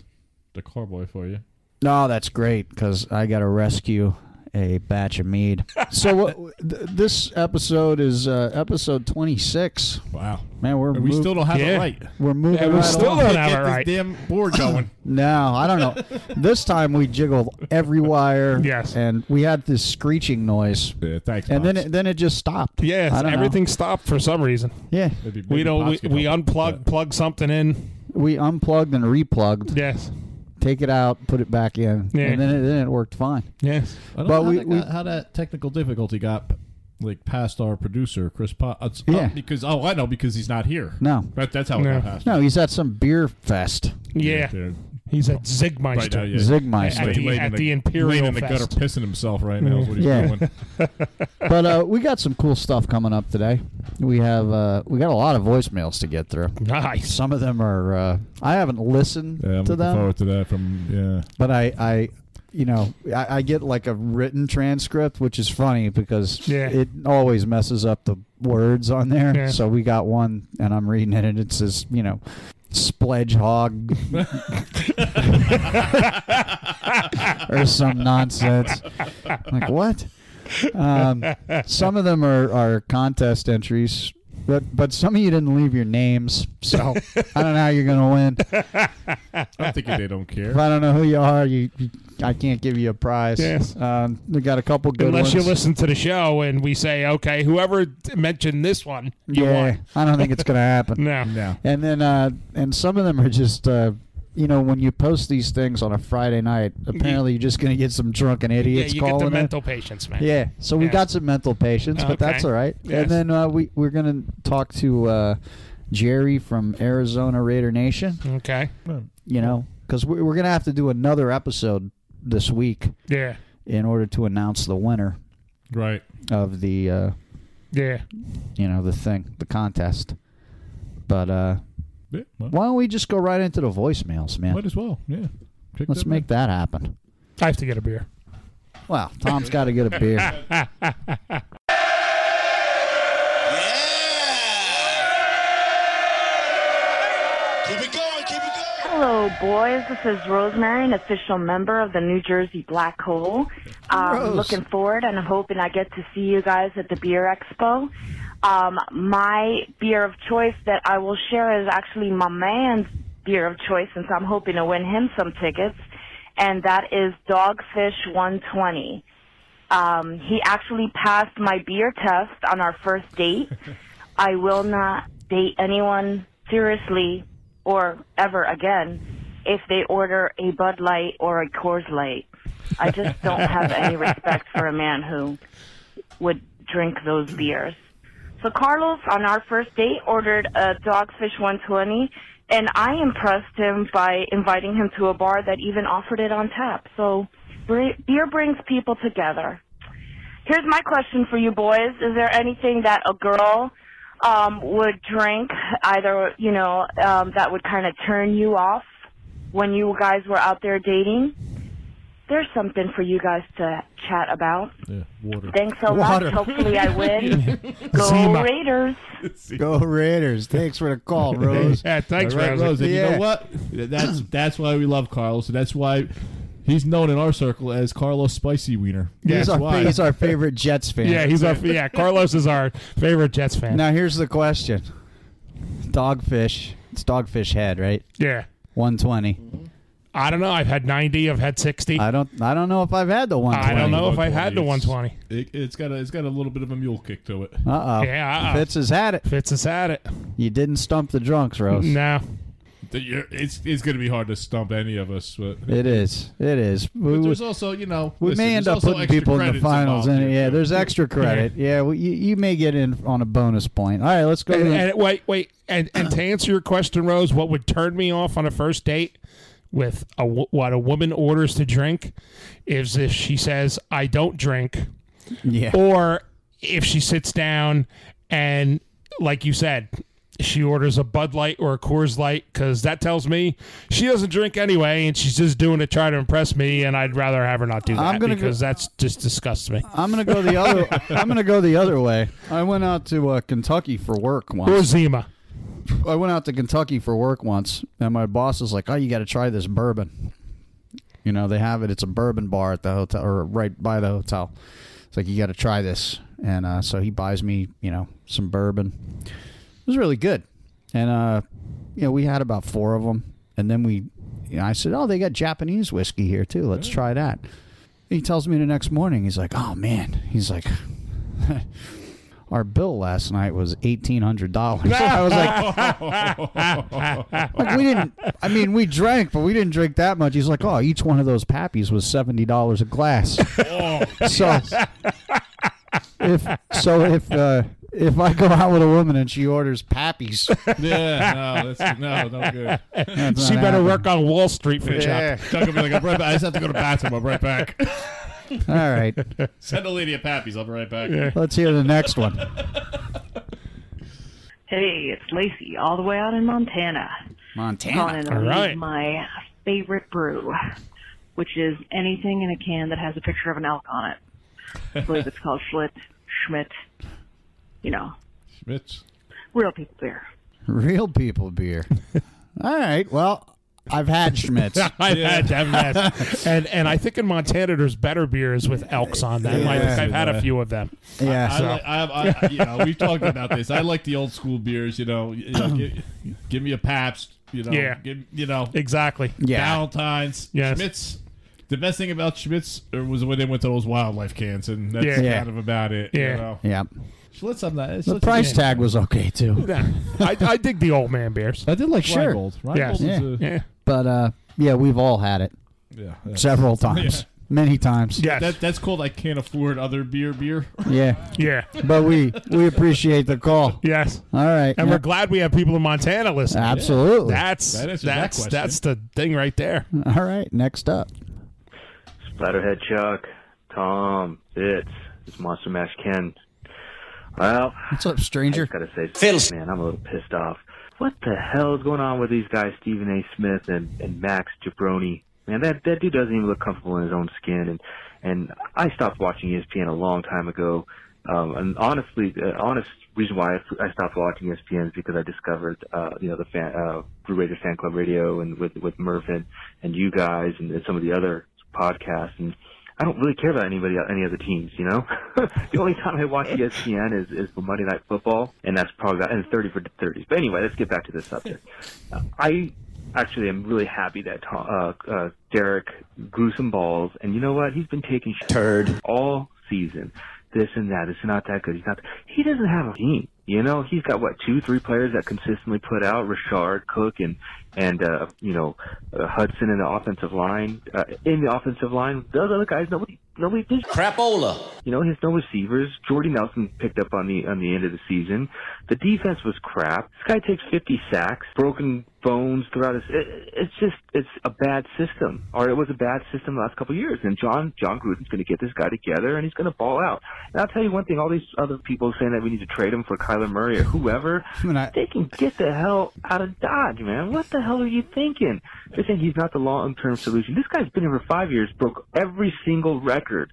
Speaker 5: the carboy for you.
Speaker 4: No, that's great because I got to rescue a batch of mead. so what, th- this episode is uh, episode twenty six.
Speaker 5: Wow.
Speaker 4: Man, we're
Speaker 5: We
Speaker 4: mov-
Speaker 5: still don't have it
Speaker 6: Yeah.
Speaker 5: right.
Speaker 4: we're moving
Speaker 6: Yeah, we
Speaker 4: right
Speaker 6: still
Speaker 4: along.
Speaker 6: don't
Speaker 5: Get
Speaker 6: have it
Speaker 5: this
Speaker 6: right.
Speaker 5: damn board going.
Speaker 4: No, I don't know. this time we jiggled every wire.
Speaker 6: Yes.
Speaker 4: and we had this screeching noise,
Speaker 5: yeah, thanks.
Speaker 4: and then
Speaker 5: Pops.
Speaker 4: it, then it just stopped. I
Speaker 6: Yes,
Speaker 4: don't know.
Speaker 6: everything stopped for some reason.
Speaker 4: Yeah,
Speaker 5: Maybe- maybe
Speaker 6: We don't.
Speaker 5: Pops
Speaker 6: We,
Speaker 5: can
Speaker 6: we
Speaker 5: help.
Speaker 6: unplug, plug something in.
Speaker 4: we unplugged and replugged,
Speaker 6: Yes.
Speaker 4: take it out, put it back in,
Speaker 6: Yeah.
Speaker 4: and then it, then it worked fine.
Speaker 6: Yes.
Speaker 5: I don't
Speaker 4: But
Speaker 5: know
Speaker 4: we-
Speaker 5: how, that
Speaker 4: we-
Speaker 5: got- how that technical difficulty got like past our producer Chris Pot. Uh,
Speaker 4: Yeah.
Speaker 5: because oh, I know because he's not here.
Speaker 4: No.
Speaker 5: that, that's how
Speaker 6: No.
Speaker 5: it got past.
Speaker 4: No, he's at some beer fest,
Speaker 6: Yeah.
Speaker 5: Dude.
Speaker 6: He's at
Speaker 5: Right now,
Speaker 6: Zigmeister.
Speaker 5: yeah.
Speaker 4: Zigmeister.
Speaker 6: At the-
Speaker 5: Laying in
Speaker 6: at the Imperial
Speaker 5: laying in the
Speaker 6: Fest. Mm-hmm.
Speaker 5: gutter, pissing himself right now. Is what he's
Speaker 4: Yeah.
Speaker 5: doing.
Speaker 4: but uh, we got some cool stuff coming up today. We have uh, we got a lot of voicemails to get through.
Speaker 6: Nice.
Speaker 4: Some of them are uh, I haven't listened
Speaker 5: Yeah, I'm
Speaker 4: to
Speaker 5: looking
Speaker 4: them,
Speaker 5: forward to that. From yeah,
Speaker 4: but I, I you know I, I get like a written transcript, which is funny because
Speaker 6: Yeah.
Speaker 4: it always messes up the words on there.
Speaker 6: Yeah.
Speaker 4: So we got one, and I'm reading it, and it says you know. Spledge hog or some nonsense. like what? Um, some of them are, are contest entries, but but some of you didn't leave your names, so I don't know how you're gonna win.
Speaker 5: I'm thinking they don't care.
Speaker 4: If I don't know who you are, you, you I can't give you a prize.
Speaker 6: Yes.
Speaker 4: Um, we got a couple good
Speaker 6: Unless
Speaker 4: ones.
Speaker 6: you listen to the show and we say, okay, whoever d- mentioned this one, you
Speaker 4: yeah,
Speaker 6: won.
Speaker 4: I don't think it's gonna happen.
Speaker 6: No.
Speaker 5: No.
Speaker 4: And then uh, and some of them are just. Uh, you know, when you post these things on a Friday night, apparently you're just going to get some drunken
Speaker 6: Yeah,
Speaker 4: idiots
Speaker 6: you get
Speaker 4: calling
Speaker 6: the
Speaker 4: in.
Speaker 6: mental patients, man.
Speaker 4: Yeah, so we
Speaker 6: Yeah.
Speaker 4: got some mental patients, but that's
Speaker 6: Okay.
Speaker 4: all right.
Speaker 6: Yes.
Speaker 4: And then uh, we we're gonna talk to uh, Jerry from Arizona Raider Nation.
Speaker 6: Okay.
Speaker 4: You know, because we're, we're gonna have to do another episode this week
Speaker 6: Yeah.
Speaker 4: in order to announce the winner
Speaker 5: Right.
Speaker 4: of the uh,
Speaker 6: Yeah.
Speaker 4: you know the thing the contest. But uh,
Speaker 5: Yeah, well,
Speaker 4: why don't we just go right into the voicemails,
Speaker 5: Might
Speaker 4: man?
Speaker 5: as well. Yeah. Check
Speaker 4: Let's
Speaker 5: that
Speaker 4: make that happen.
Speaker 6: I have to get a beer.
Speaker 4: Well, Tom's got to get a beer.
Speaker 7: Hello, boys. This is Rosemary, an official member of the New Jersey Black Hole. Um,
Speaker 4: Rose.
Speaker 7: looking forward and I'm hoping I get to see you guys at the Beer Expo. Um, my beer of choice that I will share is actually my man's beer of choice, since I'm hoping to win him some tickets, and that is Dogfish 120. Um, he actually passed my beer test on our first date. I will not date anyone seriously or ever again if they order a Bud Light or a Coors Light. I just don't have any respect for a man who would drink those beers. So Carlos, on our first date, ordered a Dogfish 120, and I impressed him by inviting him to a bar that even offered it on tap. So bre- beer brings people together. Here's my question for you boys: Is there anything that a girl um, would drink, either you know, um, that would kind of turn you off when you guys were out there dating? There's something for you guys to chat about.
Speaker 5: Yeah, water.
Speaker 7: Thanks so
Speaker 4: Water.
Speaker 7: much. Hopefully, I win. Go
Speaker 6: Zima.
Speaker 7: Raiders!
Speaker 4: go Raiders! Thanks for the call, Rose.
Speaker 6: Yeah, thanks,
Speaker 5: All right,
Speaker 6: Rosie.
Speaker 5: Rose. And
Speaker 4: Yeah.
Speaker 5: you know what? That's that's why we love Carlos. and That's why He's known in our circle as Carlos Spicy Wiener.
Speaker 4: he's,
Speaker 5: That's
Speaker 4: our,
Speaker 5: why.
Speaker 4: he's our favorite Jets fan.
Speaker 6: Yeah, he's our yeah. Carlos is our favorite Jets fan.
Speaker 4: Now here's the question: Dogfish. It's Dogfish Head, right?
Speaker 6: Yeah,
Speaker 4: 120.
Speaker 6: I don't know. I've had ninety. I've had sixty.
Speaker 4: I don't. I don't know if I've had the
Speaker 6: I
Speaker 4: 120.
Speaker 6: don't know if I've had the
Speaker 5: 120.
Speaker 6: 120.
Speaker 5: Oh, It, has got a it's got a little bit of a mule kick to it.
Speaker 4: Uh oh.
Speaker 6: Yeah, uh-uh.
Speaker 4: Fitz has had it.
Speaker 6: Fitz is at it.
Speaker 4: You didn't stump the drunks, Rose.
Speaker 6: No.
Speaker 5: The- you're- It's it's going to be hard to stump any of us, but,
Speaker 4: It is. It is. We,
Speaker 5: but there's also you know
Speaker 4: we
Speaker 5: listen,
Speaker 4: may
Speaker 5: there's
Speaker 4: end up
Speaker 5: also
Speaker 4: putting
Speaker 5: extra
Speaker 4: people in the
Speaker 5: credits
Speaker 4: finals.
Speaker 5: involved
Speaker 4: And
Speaker 5: here,
Speaker 4: yeah,
Speaker 5: too.
Speaker 4: there's extra credit. Yeah, well, you, you may get in on a bonus point. All right, let's go. to
Speaker 6: And,
Speaker 4: the-
Speaker 6: and wait, wait, and and to answer your question, Rose, what would turn me off on a first date with a wo- what a woman orders to drink is if she says I don't drink,
Speaker 4: yeah.
Speaker 6: or if she sits down and, like you said, she orders a Bud Light or a Coors Light because that tells me she doesn't drink anyway, and she's just doing it to try to impress me, and I'd rather have her not do that
Speaker 4: I'm gonna go-
Speaker 6: because that's just disgusts me.
Speaker 4: I'm gonna go the other. I'm gonna go the other way. I went out to uh, Kentucky for work
Speaker 6: Or
Speaker 4: once.
Speaker 6: Zima.
Speaker 4: I went out to Kentucky for work once, and my boss was like, "Oh, you got to try this bourbon." You know, they have it. It's a bourbon bar at the hotel, or right by the hotel. It's like you got to try this, and uh, so he buys me, you know, some bourbon. It was really good, and uh, you know, we had about four of them, and then we, you know, I said, "Oh, they got Japanese whiskey here too. Let's try that." He tells me the next morning, he's like, "Oh man," he's like. Our bill last night was eighteen hundred dollars. I was like, like we didn't. I mean, we drank, but we didn't drink that much. He's like, oh, each one of those pappies was seventy dollars a glass.
Speaker 5: Oh,
Speaker 4: so if so if uh, if I go out with a woman and she orders pappies,
Speaker 5: yeah, no, that's, no, no good.
Speaker 4: that's
Speaker 6: She
Speaker 4: not
Speaker 6: better
Speaker 4: happening.
Speaker 6: work on Wall Street for yeah.
Speaker 5: Doug will be like, I'm right back. I just have to go to the bathroom. I'm right back.
Speaker 4: All right,
Speaker 5: Send a lady a pappies. I'll be right back.
Speaker 4: let's hear the next one.
Speaker 7: Hey, it's Lacey, all the way out in Montana. Calling
Speaker 4: Montana.
Speaker 7: in to
Speaker 6: All
Speaker 7: leave
Speaker 6: right.
Speaker 7: my favorite brew, which is anything in a can that has a picture of an elk on it. I believe it's called Schlitt, Schmidt, you know,
Speaker 5: Schmitz.
Speaker 7: real people beer.
Speaker 4: Real people beer. All right. Well, I've had Schmitz.
Speaker 6: I've had them that. and and I think in Montana there's better beers with elks on them. I think I've had a few of them.
Speaker 4: Yeah.
Speaker 5: I, like, I, I, you know, we've talked about this. I like the old school beers. You know, you know, give, give me a Pabst. You know,
Speaker 6: Yeah.
Speaker 5: give, you know,
Speaker 6: Exactly.
Speaker 4: yeah.
Speaker 5: Valentine's.
Speaker 6: Yes.
Speaker 5: Schmitz. The best thing about Schmitz was when they went to those wildlife cans, and that's
Speaker 6: Yeah.
Speaker 4: Yeah.
Speaker 5: kind of about it.
Speaker 6: Yeah.
Speaker 5: You know?
Speaker 4: Yeah.
Speaker 5: Let's have that.
Speaker 4: The price tag was okay too.
Speaker 6: Yeah. I, I dig the old man beers.
Speaker 5: I did like
Speaker 4: Sure.
Speaker 5: Reingold.
Speaker 6: Yeah.
Speaker 5: Reingold
Speaker 4: Yeah.
Speaker 5: is a,
Speaker 6: Yeah.
Speaker 4: But uh, yeah, we've all had it
Speaker 5: yeah, yeah.
Speaker 4: several times, many times.
Speaker 6: Yes.
Speaker 5: That, that's called I can't afford other beer. Beer.
Speaker 4: Yeah.
Speaker 6: yeah.
Speaker 4: But we we appreciate the call.
Speaker 6: Yes.
Speaker 4: All right.
Speaker 6: And we're glad we have people in Montana listening.
Speaker 4: Absolutely.
Speaker 6: That's
Speaker 5: That answers that
Speaker 6: that's
Speaker 5: question.
Speaker 6: that's the thing right there.
Speaker 4: All right. Next up.
Speaker 8: Splatterhead Chuck, Tom, Fitz, it's Monster Mash Ken. Well,
Speaker 4: What's up,
Speaker 8: I
Speaker 4: stranger?
Speaker 8: just gotta say, man, I'm a little pissed off. What the hell is going on with these guys, Stephen A. Smith and, and Max Jabroni? Man, that that dude doesn't even look comfortable in his own skin. And and I stopped watching E ESPN a long time ago. Um, and honestly, the honest reason why I, I stopped watching E ESPN is because I discovered, uh, you know, the fan, uh, Blue Raider Fan Club Radio and with with Merv and, and you guys and, and some of the other podcasts and. I don't really care about anybody, any other teams, you know? the only time I watch E ESPN is, is for Monday Night Football, and that's probably about, and 30 for 30s. But anyway, let's get back to this subject. Uh, I actually am really happy that Tom, uh, uh, Derek grew some balls, and you know what? He's been taking sh- turd all season. This and that. It's not that good. He's not, he doesn't have a team. You know, he's got what two, three players that consistently put out Richard, Cook, and and uh, you know uh, Hudson in the offensive line. Uh, in the offensive line, those other guys, nobody, nobody did you know, he has no receivers. Jordy Nelson picked up on the on the end of the season. The defense was crap. This guy takes 50 sacks, broken bones throughout his. It, it's just it's a bad system, or it was a bad system the last couple of years. And John John Gruden's going to get this guy together, and he's going to ball out. And I'll tell you one thing: all these other people saying that we need to trade him for Kyler Murray or whoever,
Speaker 4: mean, I-
Speaker 8: they can get the hell out of Dodge, man. What the hell are you thinking? They're saying he's not the long-term solution. This guy's been here for five years, broke every single record.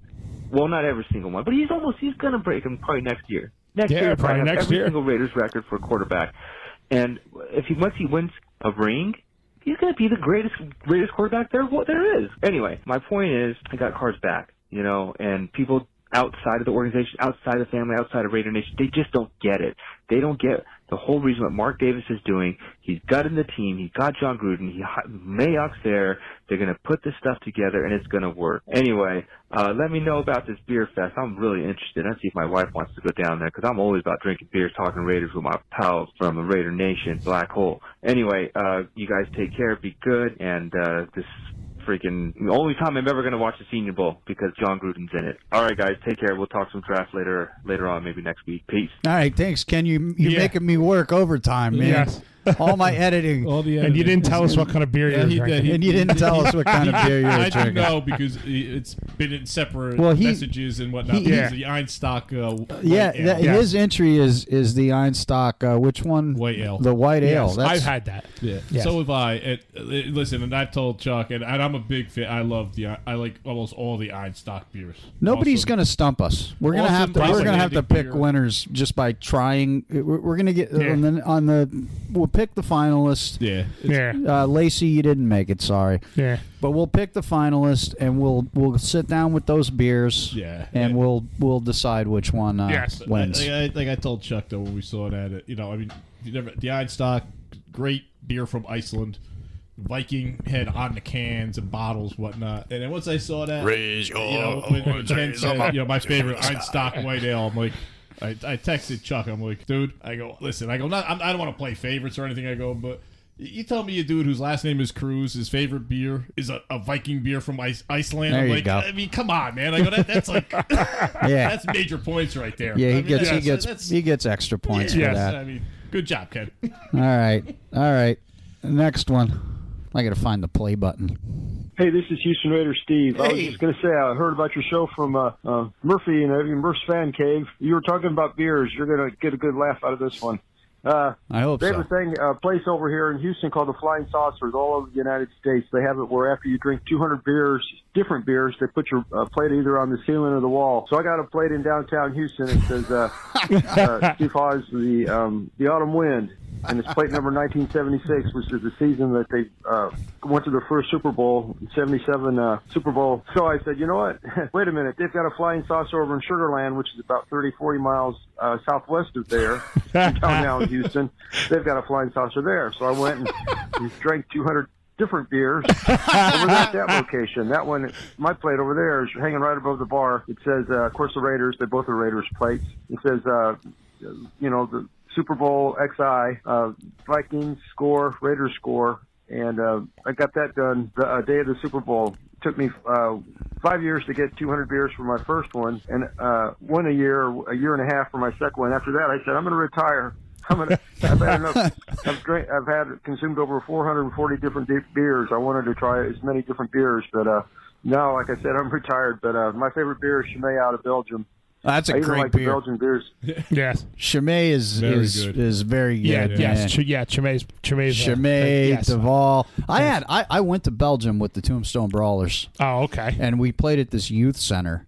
Speaker 8: Well, not every single one, but he's almost he's gonna break him probably next year. Next
Speaker 6: Yeah,
Speaker 8: year,
Speaker 6: probably
Speaker 8: have
Speaker 6: next
Speaker 8: every
Speaker 6: year.
Speaker 8: single Raiders record for a quarterback. And if he once he wins a ring, he's going to be the greatest greatest quarterback there what there is. Anyway, my point is, I got Carr's back, you know, and people outside of the organization, outside of the family, outside of Raider Nation, they just don't get it. They don't get the whole reason what Mark Davis is doing. He's gutted the team. He got John Gruden. He hi- Mayock's there. They're going to put this stuff together, and it's going to work. Anyway, uh, let me know about this beer fest. I'm really interested. I see if my wife wants to go down there because I'm always about drinking beers, talking Raiders with my pals from the Raider Nation, Black Hole. Anyway, uh, you guys take care. Be good. And uh, this freaking the only time I'm ever going to watch the Senior Bowl because John Gruden's in it. All right, guys, take care. We'll talk some draft later, later on, maybe next week. Peace.
Speaker 4: All right, thanks, Ken. You you're
Speaker 6: Yeah.
Speaker 4: making me work overtime, man.
Speaker 6: Yes.
Speaker 4: All my editing.
Speaker 5: All the
Speaker 6: And you
Speaker 5: editing.
Speaker 6: didn't tell us what kind of beer
Speaker 5: Yeah,
Speaker 6: you're
Speaker 5: he did.
Speaker 6: drinking.
Speaker 5: He-
Speaker 4: and you didn't tell us what kind of beer you were
Speaker 5: I didn't
Speaker 4: drinking.
Speaker 5: know because i- it's been in separate
Speaker 4: Well, he-
Speaker 5: messages and whatnot.
Speaker 4: he-
Speaker 5: because
Speaker 6: he-
Speaker 5: the Einstock. Uh, white
Speaker 4: Yeah,
Speaker 5: ale.
Speaker 4: that,
Speaker 6: Yeah.
Speaker 4: his entry is is the Einstock. Uh, which one?
Speaker 5: White ale.
Speaker 4: The white ale.
Speaker 6: Yes,
Speaker 4: That's,
Speaker 6: I've had that.
Speaker 5: Yeah.
Speaker 6: Yes.
Speaker 5: So have I. And, uh, listen, and I've told Chuck, and, and I'm a big fan. I love the. I like almost all the Einstock beers.
Speaker 4: Nobody's
Speaker 5: Awesome.
Speaker 4: going to stump us. We're going to
Speaker 5: Awesome
Speaker 4: have to. We're going to have to
Speaker 5: propaganda
Speaker 4: pick
Speaker 5: beer.
Speaker 4: winners just by trying. We're, we're going to get
Speaker 6: Yeah.
Speaker 4: and then on the. We'll pick the finalist.
Speaker 5: Yeah.
Speaker 6: Yeah.
Speaker 4: Uh, Lacey, you didn't make it. Sorry.
Speaker 6: Yeah.
Speaker 4: But we'll pick the finalist, and we'll we'll sit down with those beers.
Speaker 5: Yeah.
Speaker 4: And
Speaker 5: Yeah.
Speaker 4: we'll we'll decide which one uh,
Speaker 6: Yes.
Speaker 4: wins.
Speaker 5: Like, I, like I told Chuck though when we saw it at it, you know, I mean, you never, the Einstock, great beer from Iceland, Viking head on the cans and bottles, whatnot. And then once I saw that,
Speaker 2: Raise your
Speaker 5: you know, when, when Ken
Speaker 2: voices up
Speaker 5: said, you know, my favorite Einstock white ale, I'm like. I, I texted Chuck. I'm like, dude. I go, listen. I go, not. I'm, I don't want to play favorites or anything. I go, but y- you tell me a dude whose last name is Cruz. His favorite beer is a, a Viking beer from Ice, Iceland.
Speaker 4: There
Speaker 5: I'm
Speaker 4: you
Speaker 5: like,
Speaker 4: go.
Speaker 5: I mean, come on, man. I go, that, that's like,
Speaker 4: yeah.
Speaker 5: that's major points right there.
Speaker 4: yeah.
Speaker 5: I
Speaker 4: He
Speaker 5: mean,
Speaker 4: gets he
Speaker 5: that's-
Speaker 4: gets
Speaker 5: that's-
Speaker 4: he gets extra points
Speaker 6: Yes.
Speaker 4: for that.
Speaker 5: I mean, good job, Ken.
Speaker 4: All right. All right. Next one. I got to find the play button.
Speaker 9: Hey, this is Houston Raider Steve. I was just going to say I heard about your show from uh, uh, Murphy and uh, your Murph's Fan Cave. You were talking about beers. You're going to get a good laugh out of this one. Uh,
Speaker 4: I hope
Speaker 9: they
Speaker 4: so.
Speaker 9: have a thing, a place over here in Houston called the Flying Saucers, all over the United States. They have it where after you drink 200 beers, different beers, they put your uh, plate either on the ceiling or the wall. So I got a plate in downtown Houston. It says uh, uh, Steve Hawes, the um, the Autumn Wind, and it's plate number 1976, which is the season that they uh, went to their first Super Bowl, 77 uh, Super Bowl. So I said, you know what? Wait a minute, they've got a flying saucer over in Sugar Land, which is about 30, 40 miles uh, southwest of there, downtown Houston. They've got a flying saucer there. So I went and drank 200 different beers over at that location. That one, my plate over there is hanging right above the bar. It says, uh, of course, the Raiders. They both are Raiders plates. It says, uh, you know, the Super Bowl XI, uh, Vikings score, Raiders score, and uh, I got that done the uh, day of the Super Bowl. took me uh, five years to get 200 beers for my first one, and uh, one a year, a year and a half for my second one. After that, I said I'm going to retire. I'm gonna, I've had enough. I've, drink, I've had consumed over 440 different de- beers. I wanted to try as many different beers, but uh, no, like I said, I'm retired. But uh, my favorite beer is Chimay out of Belgium.
Speaker 4: That's a
Speaker 9: I even
Speaker 4: great
Speaker 9: like the
Speaker 4: beer.
Speaker 9: Belgian beers.
Speaker 6: Yes.
Speaker 4: Chimay is
Speaker 5: Very
Speaker 4: is
Speaker 5: good.
Speaker 4: is very good.
Speaker 6: Yeah.
Speaker 4: man.
Speaker 6: Yes. Ch- yeah. Chimay's. Chimay's. uh,
Speaker 4: Chimay,
Speaker 6: yes.
Speaker 4: Duvall. I had I, I went to Belgium with the Tombstone Brawlers,
Speaker 6: Oh, okay.
Speaker 4: and we played at this youth center,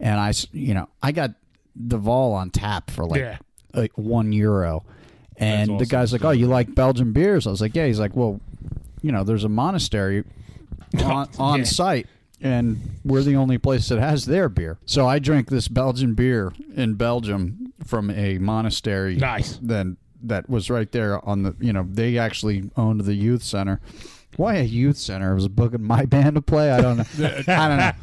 Speaker 4: and I s- you know I got Duvall on tap for like
Speaker 6: Yeah.
Speaker 4: uh, one euro,
Speaker 5: That's
Speaker 4: and the
Speaker 5: awesome.
Speaker 4: guy's like, "Oh, you like Belgian beers?" I was like, "Yeah." He's like, "Well, you know, there's a monastery on, on
Speaker 6: Yeah.
Speaker 4: site." And we're the only place that has their beer. So I drank this Belgian beer in Belgium from a monastery
Speaker 6: Nice.
Speaker 4: then that was right there on the you know they actually owned the youth center why a youth center It was booking my band to play i don't know i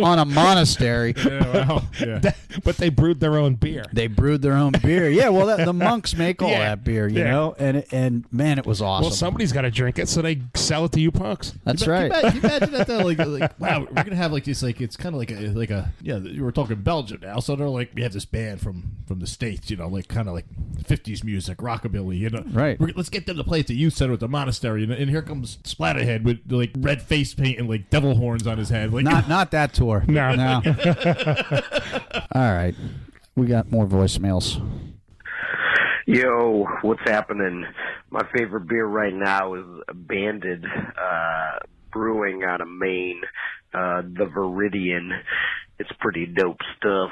Speaker 4: know on a monastery
Speaker 5: yeah, well, yeah.
Speaker 6: but they brewed their own beer.
Speaker 4: they brewed their own beer yeah well that, the monks make all
Speaker 6: Yeah,
Speaker 4: that beer you
Speaker 6: yeah.
Speaker 4: know and and man it was awesome
Speaker 6: Well, somebody's got to drink it, so they sell it to you punks.
Speaker 4: that's
Speaker 5: Can you
Speaker 4: right
Speaker 5: ima- can you imagine that though? Like, like, wow, we're gonna have like this. Like, it's kind of like a like a yeah. You were talking Belgium now, so they're like we have this band from from the states, you know, like kind of like fifties music, rockabilly, you know.
Speaker 4: Right.
Speaker 5: We're, let's get them to play at the youth center at the monastery, and, and here comes Splatterhead with like red face paint and like devil horns on his head. Like,
Speaker 4: not not that tour
Speaker 6: No.
Speaker 4: no all right we got more voicemails
Speaker 10: Yo, what's happening? My favorite beer right now is Banded uh, Brewing out of Maine, uh, the Viridian. It's pretty dope stuff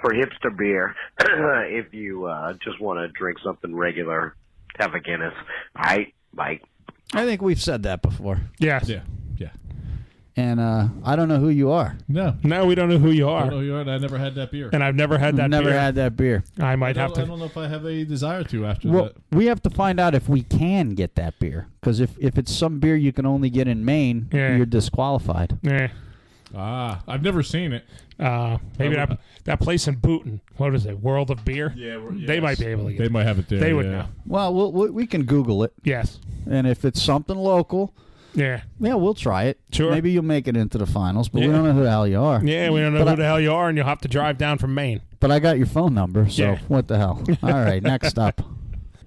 Speaker 10: for hipster beer. if you uh, just want to drink something regular, have a Guinness. All right, bye.
Speaker 4: I think we've said that before.
Speaker 6: Yes.
Speaker 5: Yeah. Yeah.
Speaker 4: And uh, I don't know who you are.
Speaker 5: No.
Speaker 6: No, we don't know who you
Speaker 5: I
Speaker 6: are.
Speaker 5: don't know who you are, and I never had that beer.
Speaker 6: And I've never had that
Speaker 4: Never
Speaker 6: beer.
Speaker 4: had that beer.
Speaker 6: I
Speaker 5: I
Speaker 6: might
Speaker 5: don't,
Speaker 6: have
Speaker 5: I
Speaker 6: to.
Speaker 5: don't know if I have a desire to after
Speaker 4: Well,
Speaker 5: that.
Speaker 4: we have to find out if we can get that beer. Because if, if it's some beer you can only get in Maine,
Speaker 5: Yeah.
Speaker 4: you're disqualified.
Speaker 6: Yeah.
Speaker 5: Ah, I've never seen it.
Speaker 6: Uh, maybe that, that place in Booton. What is it? World of Beer. Yeah, they might be able to. Get
Speaker 5: They might have it there.
Speaker 6: They would
Speaker 5: yeah.
Speaker 6: know.
Speaker 4: Well, we'll, we we can Google it.
Speaker 6: Yes.
Speaker 4: And if it's something local,
Speaker 6: yeah,
Speaker 4: yeah, we'll try it.
Speaker 6: Sure.
Speaker 4: Maybe you'll make it into the finals, but
Speaker 6: Yeah.
Speaker 4: we don't know who the hell you are.
Speaker 6: Yeah, we don't know
Speaker 4: But
Speaker 6: who the hell you are, and you'll have to drive down from Maine.
Speaker 4: But I got your phone number, so
Speaker 6: Yeah.
Speaker 4: what the hell? All right, next up.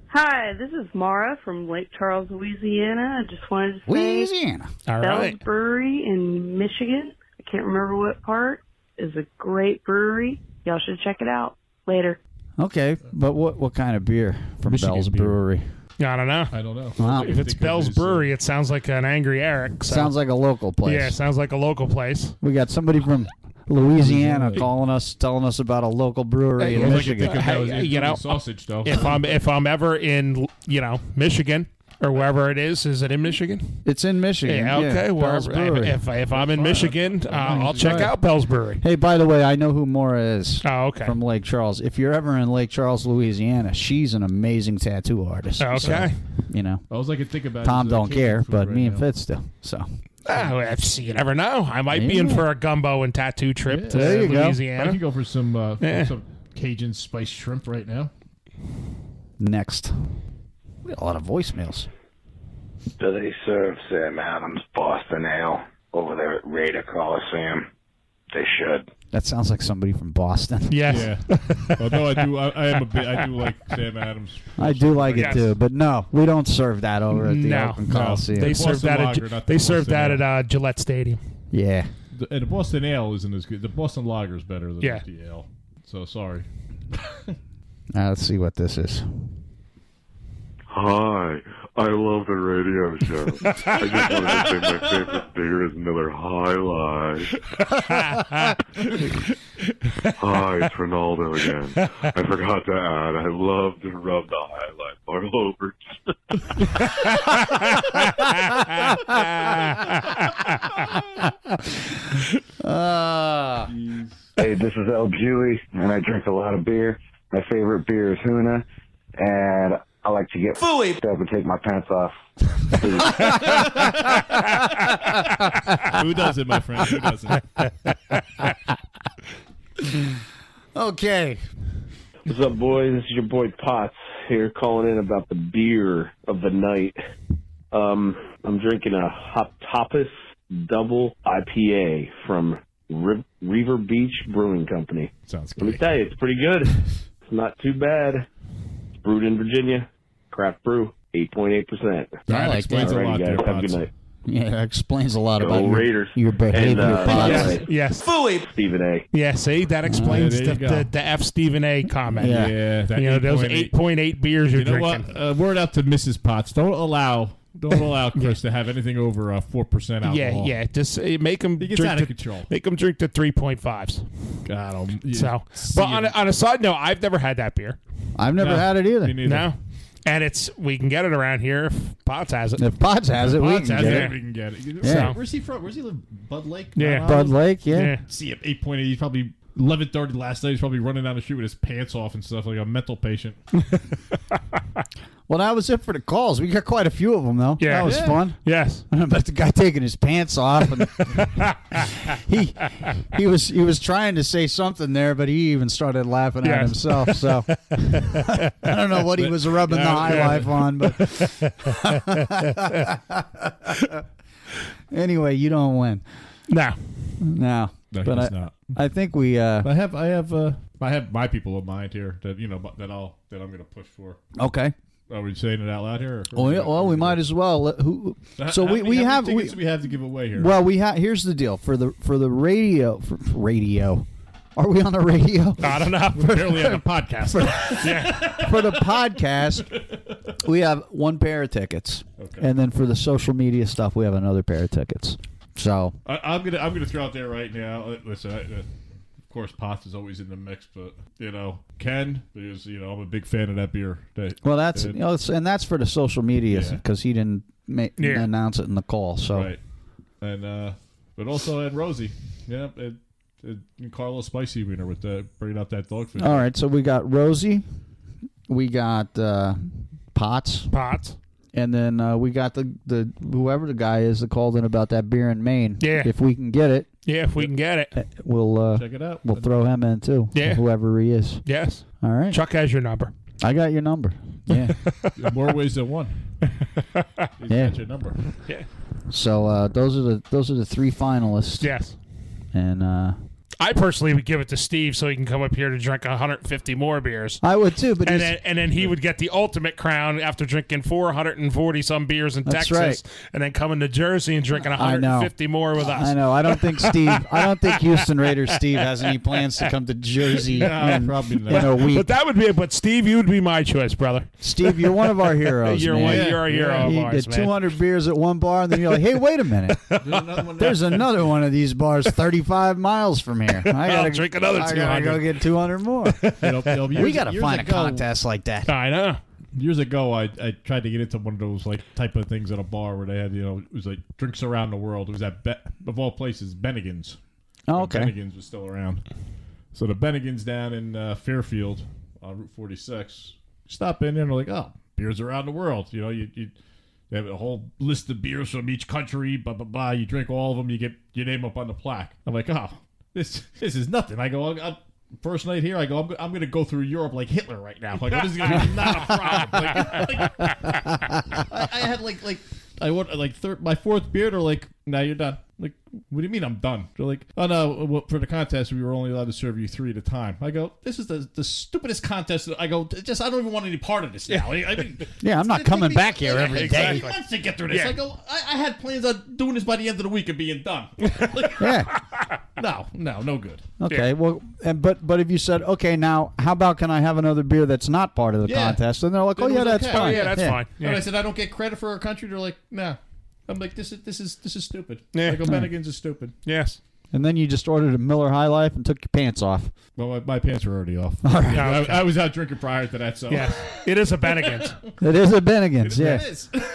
Speaker 11: Hi, this is Mara from Lake Charles, Louisiana. I just wanted to say
Speaker 4: Louisiana. All right.
Speaker 11: Brewery in Michigan. I can't remember what part is a great brewery. Y'all should check it out. Later.
Speaker 4: Okay, but what what kind of beer from
Speaker 6: Michigan
Speaker 4: Bell's
Speaker 6: beer.
Speaker 4: Brewery?
Speaker 6: I don't know. I
Speaker 5: don't know.
Speaker 4: Wow.
Speaker 6: If it's Bell's Brewery, it sounds like an Angry Eric. so-
Speaker 4: Sounds like a local place.
Speaker 6: Yeah, it sounds like a local place.
Speaker 4: We got somebody from Louisiana calling us, telling us about a local brewery in Michigan.
Speaker 6: Hey, you know, If I'm if I'm ever in you know Michigan or wherever it is, is it in Michigan?
Speaker 4: It's in Michigan.
Speaker 6: Yeah,
Speaker 4: yeah,
Speaker 6: okay.
Speaker 4: Bell's
Speaker 6: wherever,
Speaker 4: Brewery.
Speaker 6: if, if if I'm in Michigan, uh, I'll check out Bell's Brewery.
Speaker 4: Hey, by the way, I know who Mora is.
Speaker 6: Oh, okay.
Speaker 4: From Lake Charles. If you're ever in Lake Charles, Louisiana, she's an amazing tattoo artist.
Speaker 6: Oh, Okay.
Speaker 4: So, you know,
Speaker 5: I was like, I could think about it,
Speaker 4: Tom
Speaker 5: it's like
Speaker 4: don't
Speaker 5: kitchen
Speaker 4: care,
Speaker 5: food
Speaker 4: but
Speaker 5: right
Speaker 4: me
Speaker 5: now.
Speaker 4: and Fitz do. So
Speaker 6: Oh, if- see, you never know. I might be in
Speaker 5: Yeah.
Speaker 6: for a gumbo and tattoo trip to
Speaker 5: I
Speaker 6: Louisiana.
Speaker 5: could go for some, uh, for
Speaker 6: Yeah.
Speaker 5: some Cajun spiced shrimp right now.
Speaker 4: next, we got a lot of voicemails.
Speaker 12: Do they serve Sam Adams Boston Ale over there at Raider Coliseum? They should.
Speaker 4: That sounds like somebody from Boston.
Speaker 5: Yeah. Although Oh, I do, I, I am a bit, I do like Sam Adams.
Speaker 4: I do like
Speaker 5: Yes.
Speaker 4: it too, but no, we don't serve that over at the
Speaker 6: no,
Speaker 4: Oakland Coliseum.
Speaker 6: they serve that. At, Gi- they serve that at uh, Gillette Stadium.
Speaker 4: yeah.
Speaker 5: The, and the Boston Ale isn't as good. The Boston Lager is better than
Speaker 6: Yeah.
Speaker 5: the ale. So sorry.
Speaker 4: Now let's see what this is.
Speaker 13: Hi, I love the radio show. I just wanted to say my favorite beer is Miller High Life. Hi, it's Ronaldo again. I forgot to add, I love to rub the High Life all over.
Speaker 4: Uh.
Speaker 12: Hey, this is El Jewy, and I drink a lot of beer. My favorite beer is Huna, and I like to get fully up and take my pants off.
Speaker 5: Who does it, my friend? Who does
Speaker 4: it? okay.
Speaker 14: What's up, boys? This is your boy Potts here calling in about the beer of the night. Um, I'm drinking a Hop Topus Double IPA from Re- Reaver Beach Brewing Company.
Speaker 5: Sounds
Speaker 14: good. Let me tell you, it's pretty good. It's not too bad. It's brewed in Virginia. Craft brew, 8.8%.
Speaker 4: Yeah, I like that.
Speaker 14: Alrighty, guys. Have a good night.
Speaker 4: Yeah, that explains a lot
Speaker 14: Go
Speaker 4: about your,
Speaker 14: Raiders.
Speaker 4: your behavior.
Speaker 14: And, uh,
Speaker 4: Bob.
Speaker 14: yes,
Speaker 6: yes.
Speaker 14: Fully. Stephen A.
Speaker 6: Yeah, see, that explains
Speaker 5: there you
Speaker 6: the,
Speaker 5: go.
Speaker 6: the, the F Stephen A comment.
Speaker 5: Yeah. Yeah, that
Speaker 6: you know those
Speaker 5: 8.8.
Speaker 6: eight point eight beers you're
Speaker 5: You know
Speaker 6: drinking.
Speaker 5: what? Uh, word out to Mrs. Potts. Don't allow, don't allow Chris to have anything over four percent
Speaker 6: Yeah,
Speaker 5: alcohol.
Speaker 6: yeah. Just uh, make them
Speaker 5: He gets
Speaker 6: drink
Speaker 5: out of
Speaker 6: the,
Speaker 5: control.
Speaker 6: Make them drink the three point fives.
Speaker 5: God,
Speaker 6: so. But on a, on a side note, I've never had that beer.
Speaker 4: I've never had it either.
Speaker 6: No, and it's we can get it around here if Potts has it.
Speaker 4: If Potts has it, we
Speaker 6: Potts
Speaker 4: can
Speaker 6: has
Speaker 4: get
Speaker 6: it,
Speaker 4: it.
Speaker 5: we can get it.
Speaker 4: Yeah.
Speaker 5: Where's he from? Where's he live? Bud Lake.
Speaker 4: Yeah.
Speaker 5: Mount
Speaker 4: Bud
Speaker 5: Olive?
Speaker 4: Lake, yeah. Yeah.
Speaker 5: See, at eight point eight, he's probably eleven thirty last night. He's probably running down the street with his pants off and stuff like a mental patient.
Speaker 4: Well, that was it for the calls. We got quite a few of them, though.
Speaker 5: Yeah.
Speaker 4: That was
Speaker 5: Yeah.
Speaker 4: fun.
Speaker 6: Yes.
Speaker 4: About the guy taking his pants off. And he he was he was trying to say something there, but he even started laughing at
Speaker 6: Yes.
Speaker 4: himself. So I don't know what he was rubbing the
Speaker 6: Yeah,
Speaker 4: high
Speaker 6: yeah.
Speaker 4: life on, but anyway, you don't win.
Speaker 6: No,
Speaker 4: no,
Speaker 5: No, he
Speaker 4: but
Speaker 5: does
Speaker 4: I,
Speaker 5: not.
Speaker 4: I think we. Uh,
Speaker 5: I have, I have, uh, I have my people of mind here that you know but that I'll that I'm going to push for.
Speaker 4: Okay.
Speaker 5: Are we saying it out loud here? Or
Speaker 4: Well, yeah, well, we might as well. Let- Who?
Speaker 5: How-
Speaker 4: So
Speaker 5: how
Speaker 4: we,
Speaker 5: many-
Speaker 4: we
Speaker 5: how many
Speaker 4: have
Speaker 5: tickets do we have to give away here.
Speaker 4: Well, we have. Here's the deal for the for the radio for for radio. Are we on the radio?
Speaker 6: I don't know.
Speaker 5: We're barely on a podcast.
Speaker 4: For,
Speaker 5: Yeah.
Speaker 4: for the podcast, we have one pair of tickets, and then for the social media stuff, we have another pair of tickets. So
Speaker 5: I, I'm gonna I'm gonna throw out there right now. uh, Listen, I, uh, of course, Potts is always in the mix, but you know, Ken is you know I'm a big fan of that beer. That,
Speaker 4: Well, that's
Speaker 5: and-
Speaker 4: you know, it's- and that's for the social media because he didn't ma-
Speaker 5: Yeah.
Speaker 4: announce it in the call. So
Speaker 5: Right. And uh, but also Ed Rosie. Yeah, and, and Carlos Spicy Wiener with that bringing out that dogfish.
Speaker 6: Mm-hmm.
Speaker 4: all right, so we got Rosie, we got uh, Potts,
Speaker 6: Potts,
Speaker 4: and then uh, we got the the whoever the guy is that called in about that beer in Maine.
Speaker 6: Yeah.
Speaker 4: if we can get it,
Speaker 6: Yeah, if we can get it.
Speaker 4: we'll uh,
Speaker 6: Check it out.
Speaker 4: We'll throw him in too.
Speaker 6: Yeah.
Speaker 4: whoever he is.
Speaker 6: Yes.
Speaker 4: All right.
Speaker 6: Chuck has your number.
Speaker 4: I got your number. Yeah.
Speaker 5: More ways than one. He's
Speaker 4: Yeah.
Speaker 5: got your number.
Speaker 6: Yeah.
Speaker 4: so uh, those are the those are the three finalists.
Speaker 6: Yes.
Speaker 4: And uh,
Speaker 6: I personally would give it to Steve so he can come up here to drink 150 more beers.
Speaker 4: I would too, but
Speaker 6: and
Speaker 4: he's-
Speaker 6: then, and then he would get the ultimate crown after drinking 440 some beers in
Speaker 4: That's
Speaker 6: Texas,
Speaker 4: right.
Speaker 6: and then coming to Jersey and drinking
Speaker 4: I know.
Speaker 6: 150 more with us.
Speaker 4: I know. I don't think Steve. I don't think Houston Raiders Steve has any plans to come to Jersey
Speaker 6: No,
Speaker 4: in,
Speaker 6: probably
Speaker 4: in a week.
Speaker 6: But that would be. But Steve, you would be my choice, brother.
Speaker 4: Steve, you're one of our heroes.
Speaker 6: you're
Speaker 4: man.
Speaker 6: one. You're a hero of
Speaker 4: You
Speaker 6: ours,
Speaker 4: get
Speaker 6: man.
Speaker 4: 200 beers at one bar, and then you're like, "Hey, wait a minute! There's another one, of these bars 35 miles from here. I
Speaker 6: I'll
Speaker 4: gotta
Speaker 6: drink another
Speaker 4: I gotta go
Speaker 6: 200.
Speaker 4: get 200 more. we gotta find a contest like that.
Speaker 6: I know.
Speaker 5: Years ago, I, I tried to get into one of those like type of things at a bar where they had you know it was like drinks around the world. It was at Be- of all places Bennigan's.
Speaker 4: Oh,
Speaker 5: When
Speaker 4: okay.
Speaker 5: Bennigan's was still around. So the Bennigan's down in uh, Fairfield on Route 46. Stop in there and they're like, oh, beers around the world. You know, you, you they have a whole list of beers from each country. Blah blah blah. You drink all of them. You get your name up on the plaque. I'm like, oh, this this is nothing. I go, I'm, I'm- first night here. I go, I'm, go- I'm going to go through Europe like Hitler right now. Like this is going to be not a problem. Like, like, I, I had like like I want like third my fourth beer. They're like, now you're done. Like, what do you mean I'm done? They're like, oh no, well, for the contest we were only allowed to serve you three at a time. I go, this is the the stupidest contest. I go, just I don't even want any part of this now. I, I mean,
Speaker 4: Yeah, I'm not
Speaker 5: it's gonna take
Speaker 4: coming
Speaker 5: me-
Speaker 4: back here
Speaker 5: yeah,
Speaker 4: every day.
Speaker 5: exactly. months to get through this.
Speaker 4: Yeah.
Speaker 5: I go, I, I had plans on doing this by the end of the week and being done.
Speaker 4: Yeah.
Speaker 5: No, no, no good.
Speaker 4: Okay. Well, and but but if you said, okay, now how about can I have another beer that's not part of the
Speaker 5: Yeah.
Speaker 4: contest? And they're like,
Speaker 5: Then
Speaker 4: oh
Speaker 5: it
Speaker 4: yeah,
Speaker 5: was
Speaker 4: that's
Speaker 5: okay.
Speaker 4: fine.
Speaker 5: And I said, I don't get credit for our country. They're like, nah. I'm like, this is this is this is stupid.
Speaker 6: Yeah.
Speaker 5: Michael Bennigan's is stupid.
Speaker 6: Yes.
Speaker 4: And then you just ordered a Miller High Life and took your pants off.
Speaker 5: Well, my, my pants were already off.
Speaker 4: All right.
Speaker 5: Yeah, I, I was out drinking prior to that, so
Speaker 6: Yes. It is a Bennigan's.
Speaker 4: It is a Bennigan's, yeah.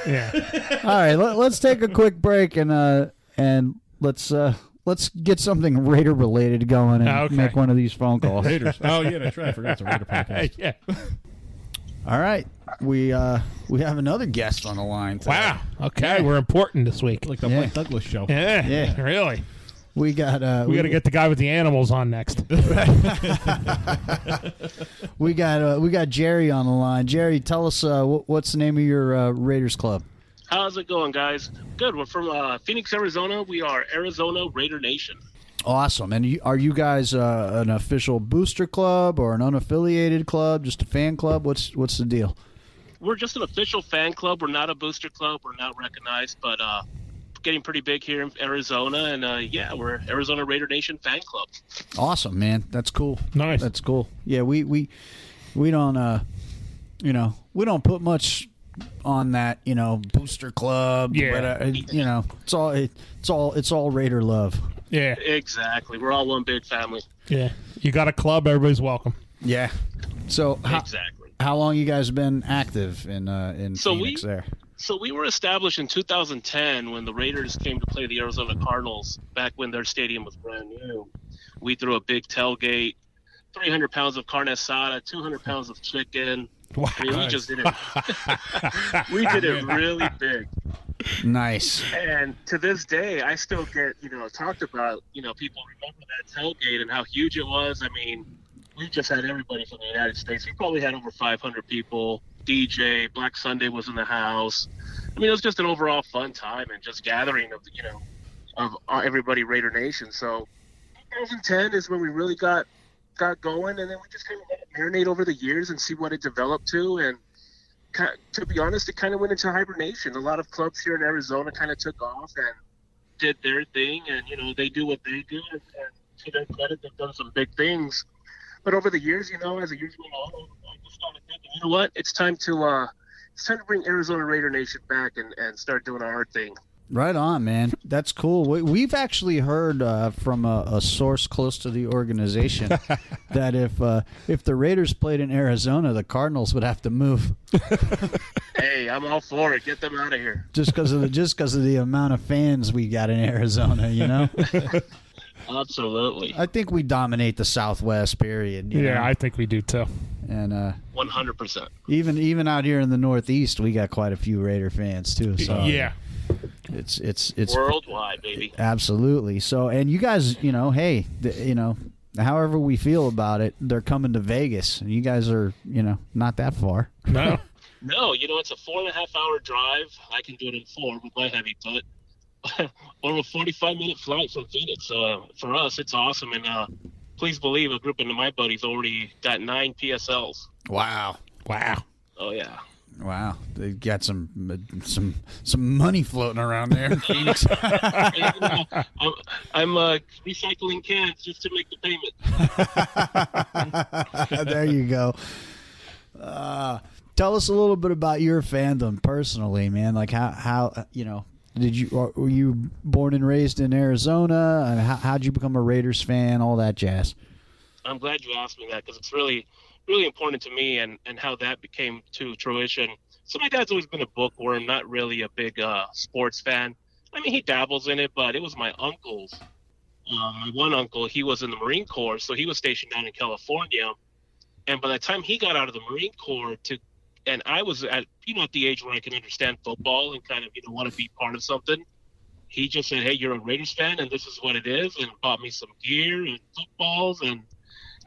Speaker 6: Yeah.
Speaker 4: All right, let, let's take a quick break and uh and let's uh let's get something Raider related going and
Speaker 6: Ah, okay.
Speaker 4: make one of these phone calls.
Speaker 5: Raiders. Oh yeah, that's right. I forgot it's a Raider podcast.
Speaker 6: yeah.
Speaker 4: All right, we uh we have another guest on the line. Today.
Speaker 6: Wow. Okay, we're important this week.
Speaker 5: Like the Mike Douglas show.
Speaker 6: Yeah.
Speaker 4: Yeah.
Speaker 6: Really.
Speaker 4: We got uh
Speaker 6: we got to get the guy with the animals on next.
Speaker 4: we got uh, we got Jerry on the line. Jerry, tell us uh, wh- what's the name of your uh, Raiders club?
Speaker 15: How's it going, guys? Good. We're from uh, Phoenix, Arizona. We are Arizona Raider Nation.
Speaker 4: Awesome. And you, are you guys uh, an official booster club or an unaffiliated club, just a fan club? What's what's the deal?
Speaker 15: We're just an official fan club. We're not a booster club. We're not recognized, but uh, getting pretty big here in Arizona. And uh, yeah, we're Arizona Raider Nation fan club.
Speaker 4: Awesome, man. That's cool. Nice. That's cool. Yeah, we we we don't uh you know, we don't put much on that, you know, booster club,
Speaker 15: Yeah.
Speaker 4: but, uh, it- you know, it's all it, it's all it's all Raider love.
Speaker 6: Yeah.
Speaker 15: Exactly. We're all one big family.
Speaker 6: yeah. You got a club, everybody's welcome.
Speaker 4: Yeah. So how,
Speaker 15: Exactly.
Speaker 4: how long you guys been active in uh in
Speaker 15: So we-
Speaker 4: Phoenix there?
Speaker 15: So we were established in 2010 when the Raiders came to play the Arizona Cardinals back when their stadium was brand new. We threw a big tailgate, 300 pounds of carne asada, 200 pounds of chicken. I mean, we just did it. we did it really big.
Speaker 4: Nice.
Speaker 15: And to this day, I still get, you know, talked about, you know, people remember that tailgate and how huge it was. I mean, we just had everybody from the United States. We probably had over 500 people. DJ, Black Sunday was in the house. I mean, it was just an overall fun time and just gathering of, you know, of uh, everybody Raider Nation. So 2010 is when we really got got going, and then we just kind of let it marinate over the years and see what it developed to. And ki to be honest, it kind of went into hibernation. A lot of clubs here in Arizona kind of took off and did their thing, and you know they do what they do, and, and to their credit, they've done some big things. But over the years, you know, as the years went on, I I just started thinking, you know what, it's time to uh, it's time to bring Arizona Raider Nation back and, and start doing our thing.
Speaker 4: Right on, man. That's cool. We, we've actually heard uh, from a, a source close to the organization that if uh, if the Raiders played in Arizona, the Cardinals would have to move
Speaker 15: Hey, I'm all for it. Get them out of here.
Speaker 4: just because of the just because of the amount of fans we got in Arizona. You know,
Speaker 15: Absolutely.
Speaker 4: I think we dominate the Southwest. Period.
Speaker 15: Yeah, I
Speaker 4: think we do too. And uh,
Speaker 15: 100%.
Speaker 4: even even out here in the Northeast, we got quite a few Raider fans too. So
Speaker 15: Yeah.
Speaker 4: it's it's it's
Speaker 15: worldwide, baby.
Speaker 4: Absolutely. So, and you guys, you know, hey, th- you know, however we feel about it, they're coming to Vegas, and you guys are, you know, not that far. No.
Speaker 15: No, you know, it's a four and a half hour drive. I can do it in four with my heavy foot. or a 45 minute flight from Phoenix. So uh, for us, it's awesome. And uh, please believe a group of my buddies already got nine PSLs.
Speaker 4: wow. Wow.
Speaker 15: Oh, yeah.
Speaker 4: Wow. They got some uh, some some money floating around there in Phoenix.
Speaker 15: I'm, I'm uh, recycling cans just to make the payment.
Speaker 4: there you go. Uh, tell us a little bit about your fandom personally, man. Like how how you know did you or- were you born and raised in Arizona? And how how'd you become a Raiders fan? All that jazz.
Speaker 15: I'm glad you asked me that because it's really, really important to me and, and how that became to fruition. So my dad's always been a bookworm, not really a big uh, sports fan. I mean, he dabbles in it, but it was my uncle's. Uh, my one uncle, he was in the Marine Corps, so he was stationed down in California. And by the time he got out of the Marine Corps to, and I was at, you know, at the age where I can understand football and kind of, you know, want to be part of something. He just said, "Hey, you're a Raiders fan, and this is what it is," and bought me some gear and footballs, and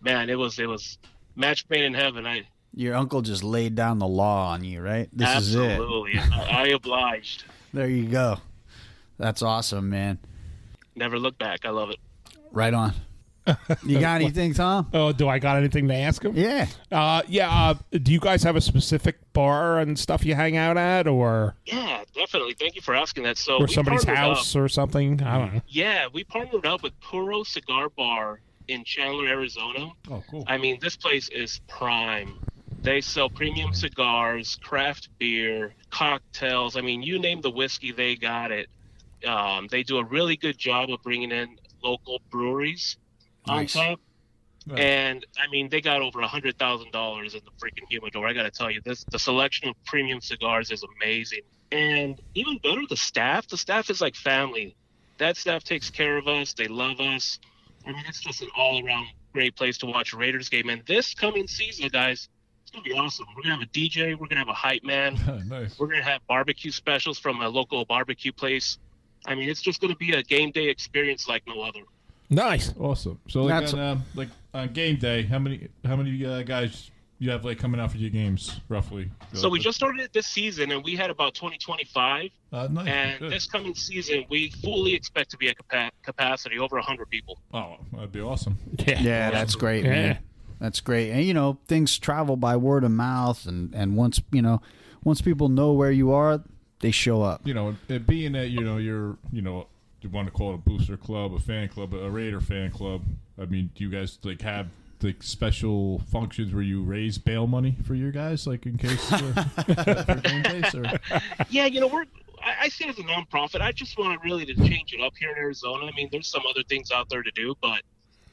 Speaker 15: man, it was it was match made in heaven. I
Speaker 4: Your uncle just laid down the law on you, right? This is it.
Speaker 15: absolutely, I, I obliged.
Speaker 4: There you go. That's awesome, man.
Speaker 15: Never look back. I love it.
Speaker 4: Right on. You got anything, Tom?
Speaker 6: Oh, do I got anything to ask him?
Speaker 4: Yeah.
Speaker 6: Uh, yeah. Uh, do you guys have a specific bar and stuff you hang out at, or
Speaker 15: Yeah, definitely. Thank you for asking that. So
Speaker 6: or
Speaker 15: we
Speaker 6: somebody's
Speaker 15: partnered up-
Speaker 6: house or something? I don't know.
Speaker 15: Yeah, we partnered up with Puro Cigar Bar in Chandler, Arizona.
Speaker 6: Oh, cool.
Speaker 15: I mean, this place is prime. They sell premium cigars, craft beer, cocktails. I mean, you name the whiskey, they got it. Um, they do a really good job of bringing in local breweries
Speaker 16: Nice.
Speaker 15: on top. And I mean, they got over a hundred thousand dollars in the freaking humidor. I got to tell you, this the selection of premium cigars is amazing, and even better, the staff. The staff is like family. That staff takes care of us. They love us. I mean, it's just an all-around great place to watch a Raiders game. And this coming season, guys, it's gonna be awesome. We're gonna have a DJ. We're gonna have a hype man.
Speaker 5: nice.
Speaker 15: We're gonna have barbecue specials from a local barbecue place. I mean, it's just gonna be a game day experience like no other.
Speaker 6: Nice.
Speaker 5: Awesome. So like
Speaker 15: That's-
Speaker 5: on, uh, like on game day, how many how many uh, guys you have like coming out for your games roughly?
Speaker 15: So we just started it this season, and we had about 20, 25.
Speaker 5: Uh, nice.
Speaker 15: and
Speaker 5: Good.
Speaker 15: this coming season, we fully expect to be at capa- capacity over 100 people.
Speaker 5: Oh, that'd be awesome.
Speaker 4: Yeah, that's great,
Speaker 5: Yeah.
Speaker 4: man. That's great. And you know, things travel by word of mouth and and once, you know, once people know where you are, they show up.
Speaker 5: you know, it being that you know you're you know you want to call it a booster club, a fan club, a Raider fan club. I mean, do you guys like have like special functions where you raise bail money for your guys, like in case uh, for game days? Or?
Speaker 15: yeah, you know, we're I, I see it as a nonprofit. I just want to really to change it up here in Arizona. I mean, there's some other things out there to do, but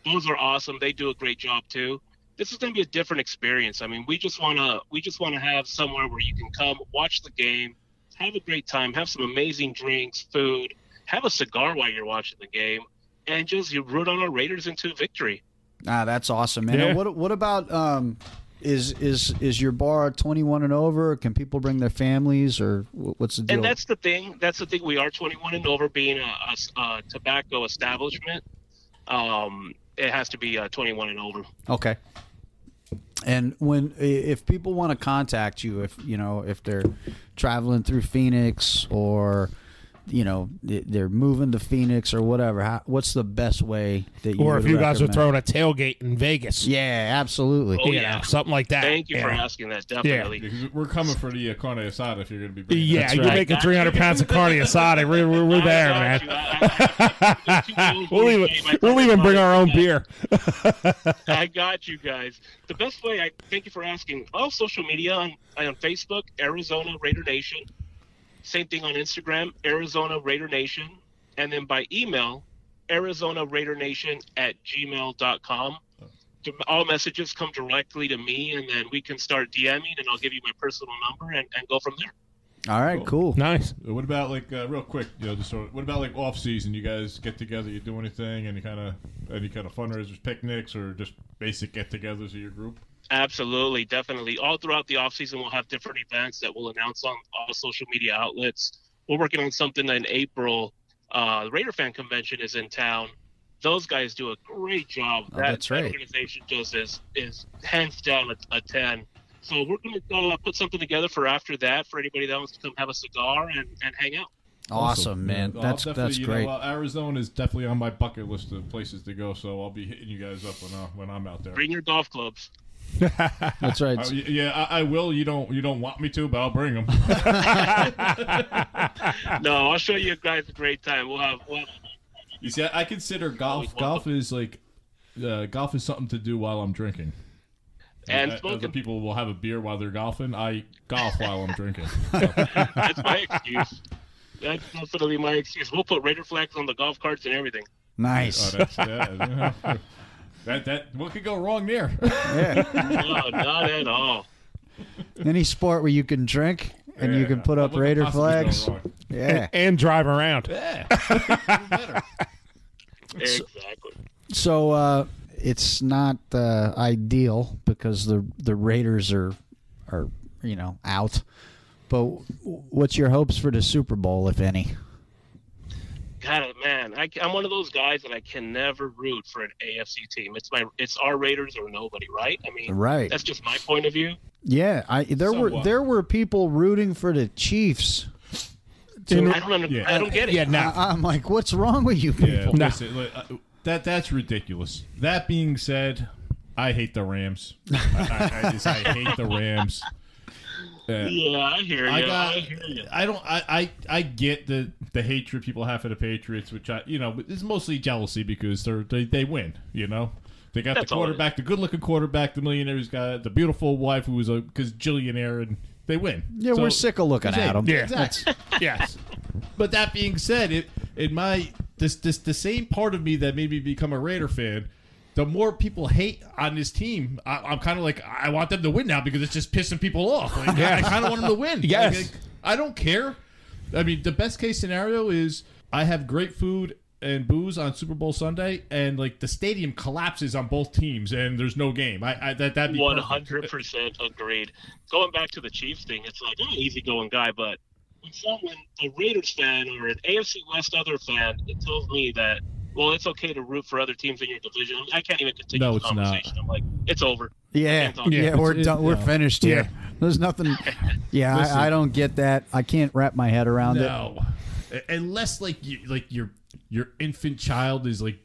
Speaker 15: those are awesome. They do a great job too. This is going to be a different experience. I mean, we just want to we just want to have somewhere where you can come, watch the game, have a great time, have some amazing drinks, food, have a cigar while you're watching the game, and just you root on our Raiders into victory.
Speaker 4: Ah, that's awesome, man.
Speaker 15: Yeah.
Speaker 4: And What what about um is is is your bar 21 and over? Can people bring their families or wh- what's the deal?
Speaker 15: And that's the thing. That's the thing. We are 21 and over, being a, a s- a tobacco establishment. Um, it has to be uh, 21 and over.
Speaker 4: Okay. And when i- if people want to contact you, if you know if they're traveling through Phoenix or you know th- they're moving to Phoenix or whatever, how, what's the best way that you
Speaker 6: or if
Speaker 4: would
Speaker 6: you guys are
Speaker 4: recommend?
Speaker 6: throwing a tailgate in Vegas?
Speaker 4: Yeah, absolutely.
Speaker 5: Oh,
Speaker 6: You know, something like that.
Speaker 15: Thank you for
Speaker 6: Yeah.
Speaker 15: asking that. Definitely.
Speaker 5: Yeah, 'cause we're coming for the uh, carne asada if you're going to be. Bringing
Speaker 6: Yeah, you're making 300 pounds of carne asada. We're, we're, we're there, man. we'll even we'll even bring our own beer.
Speaker 15: I got you guys. The best way. I thank you for asking. All social media on on Facebook, Arizona Raider Nation. Same thing on Instagram, Arizona Raider Nation. And then by email, Arizona Raider Nation at gmail.com. All messages come directly to me, and then we can start DMing, and I'll give you my personal number and, and go from there.
Speaker 4: All right, cool.
Speaker 6: Nice.
Speaker 5: What about like uh, real quick, you know, just sort of, what about like off season? You guys get together, you do anything, any kind of any kind of fundraisers, picnics, or just basic get-togethers of your group?
Speaker 15: Absolutely, definitely. All throughout the off season, we'll have different events that we'll announce on all social media outlets. We're working on something in April. Uh, the Raider Fan Convention is in town. Those guys do a great job.
Speaker 4: Oh,
Speaker 15: that,
Speaker 4: that's
Speaker 15: that
Speaker 4: right.
Speaker 15: organization just is is hands down a, a ten. So we're going to uh, put something together for after that for anybody that wants to come have a cigar and, and hang out.
Speaker 4: Awesome, man.
Speaker 5: Yeah, I'll
Speaker 4: That's-
Speaker 5: definitely-
Speaker 4: that's
Speaker 5: you know,
Speaker 4: great.
Speaker 5: uh, Arizona is definitely on my bucket list of places to go, so I'll be hitting you guys up when, uh, when I'm out there.
Speaker 15: Bring your golf clubs.
Speaker 4: That's right.
Speaker 5: Uh, y- yeah, I, I will. You don't. You don't want me to, but I'll bring them.
Speaker 15: no, I'll show you guys a great time. We'll have, we'll have
Speaker 5: You see, I, I consider golf. Golf is like, uh, golf is something to do while I'm drinking.
Speaker 15: And
Speaker 5: Uh, other
Speaker 15: smoking.
Speaker 5: people will have a beer while they're golfing. I golf while I'm drinking.
Speaker 15: that's my excuse. That's definitely my excuse. We'll put Raider flags on the golf carts and everything.
Speaker 4: Nice.
Speaker 5: Oh, that's, yeah. that that what could go wrong there?
Speaker 15: no, not at all.
Speaker 4: Any sport where you can drink and you can put up Raider flags. Yeah.
Speaker 6: And, and drive around.
Speaker 15: Exactly.
Speaker 4: So uh, it's not uh, ideal because the the Raiders are are you know out. But what's your hopes for the Super Bowl, if any?
Speaker 15: God, oh, man, I, am one of those guys that I can never root for an AFC team. It's my, it's our Raiders or nobody, right? I mean,
Speaker 4: Right.
Speaker 15: That's just my point of view.
Speaker 4: Yeah, I there were
Speaker 15: Somewhat.
Speaker 4: there were people rooting for the Chiefs.
Speaker 15: I don't, under, I don't get it.
Speaker 4: I, am like, what's wrong with you
Speaker 5: Yeah,
Speaker 4: people?
Speaker 5: listen, li- uh, that that's ridiculous. That being said, I hate the Rams. I, I, I just I hate the Rams. Yeah.
Speaker 15: Yeah, I hear you.
Speaker 5: I
Speaker 15: I,
Speaker 5: got-
Speaker 15: hear you.
Speaker 5: I don't. I, I I get the the hatred people have for the Patriots, which I you know but it's mostly jealousy because they're they, they win. You know, they got
Speaker 15: That's
Speaker 5: the
Speaker 15: all it
Speaker 5: quarterback, the good looking quarterback, the millionaire's got the beautiful wife who was a because Jillionaire, and they win.
Speaker 4: Yeah,
Speaker 5: So-
Speaker 4: we're sick of looking
Speaker 5: Exactly.
Speaker 4: at them.
Speaker 5: Yeah, yes. But that being said, it in my this this the same part of me that made me become a Raider fan. The more people hate on this team, I, I'm kind of like I want them to win now because it's just pissing people off. Like, I- I
Speaker 6: Yes.
Speaker 5: kind of want them to win. Like,
Speaker 6: Yes.
Speaker 5: like, I don't care. I mean, the best case scenario is I have great food and booze on Super Bowl Sunday, and like the stadium collapses on both teams, and there's no game. I, I that that
Speaker 15: One hundred percent agreed. Going back to the Chiefs thing, it's like I'm an easygoing guy, but when someone, a Raiders fan or an AFC West other fan, it tells me that well, it's okay to root for other teams in your division. I can't even continue
Speaker 5: No,
Speaker 15: the
Speaker 5: it's not.
Speaker 15: conversation. I'm like, it's over.
Speaker 4: Yeah,
Speaker 15: Can't talk.
Speaker 4: yeah, we're
Speaker 5: It's-
Speaker 4: done. We're
Speaker 5: yeah.
Speaker 4: finished here. There's nothing. Yeah,
Speaker 5: Listen.
Speaker 4: I, I don't get that. I can't wrap my head around
Speaker 5: no. U- Unless like you like your your infant child is like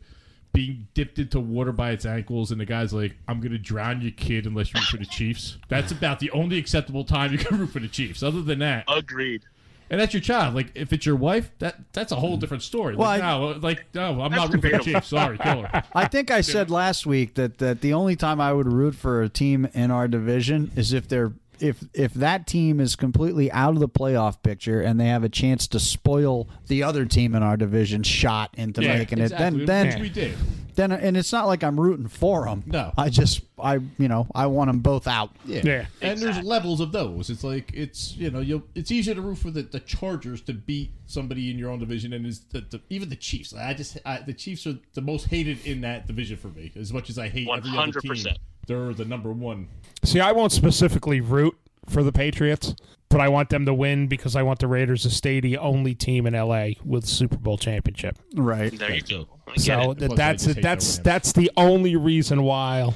Speaker 5: being dipped into water by its ankles and the guy's like, I'm gonna drown your kid unless you root for the Chiefs. That's about the only acceptable time you can root for the Chiefs. Other than that.
Speaker 15: Agreed.
Speaker 5: And that's your child. Like if it's your wife, that that's a whole different story. Like,
Speaker 4: Mm. Well,
Speaker 5: no, like no, I'm not rooting for the Chiefs. Sorry, kill her.
Speaker 4: it. I think I said last week that, that the only time I would root for a team in our division is if they're if if that team is completely out of the playoff picture and they have a chance to spoil the other team in our division shot into
Speaker 5: Yeah,
Speaker 4: making
Speaker 5: exactly,
Speaker 4: it. Then
Speaker 5: which
Speaker 4: then
Speaker 5: we did.
Speaker 4: Then and it's not like I'm rooting for them.
Speaker 5: No.
Speaker 4: I just I you know I want them both out.
Speaker 5: Yeah. And there's levels of those. It's like it's you know you'll it's easier to root for the, the Chargers to beat somebody in your own division, and is the, the, even the Chiefs. I just I, the Chiefs are the most hated in that division for me. As much as I hate every other team,
Speaker 15: 100%.
Speaker 5: they're the number one.
Speaker 6: See, I won't specifically root for the Patriots, but I want them to win because I want the Raiders to stay the only team in LA with Super Bowl championship.
Speaker 4: Right.
Speaker 15: There you go. I get
Speaker 6: So
Speaker 15: it.
Speaker 6: th- that's that's that's the only reason why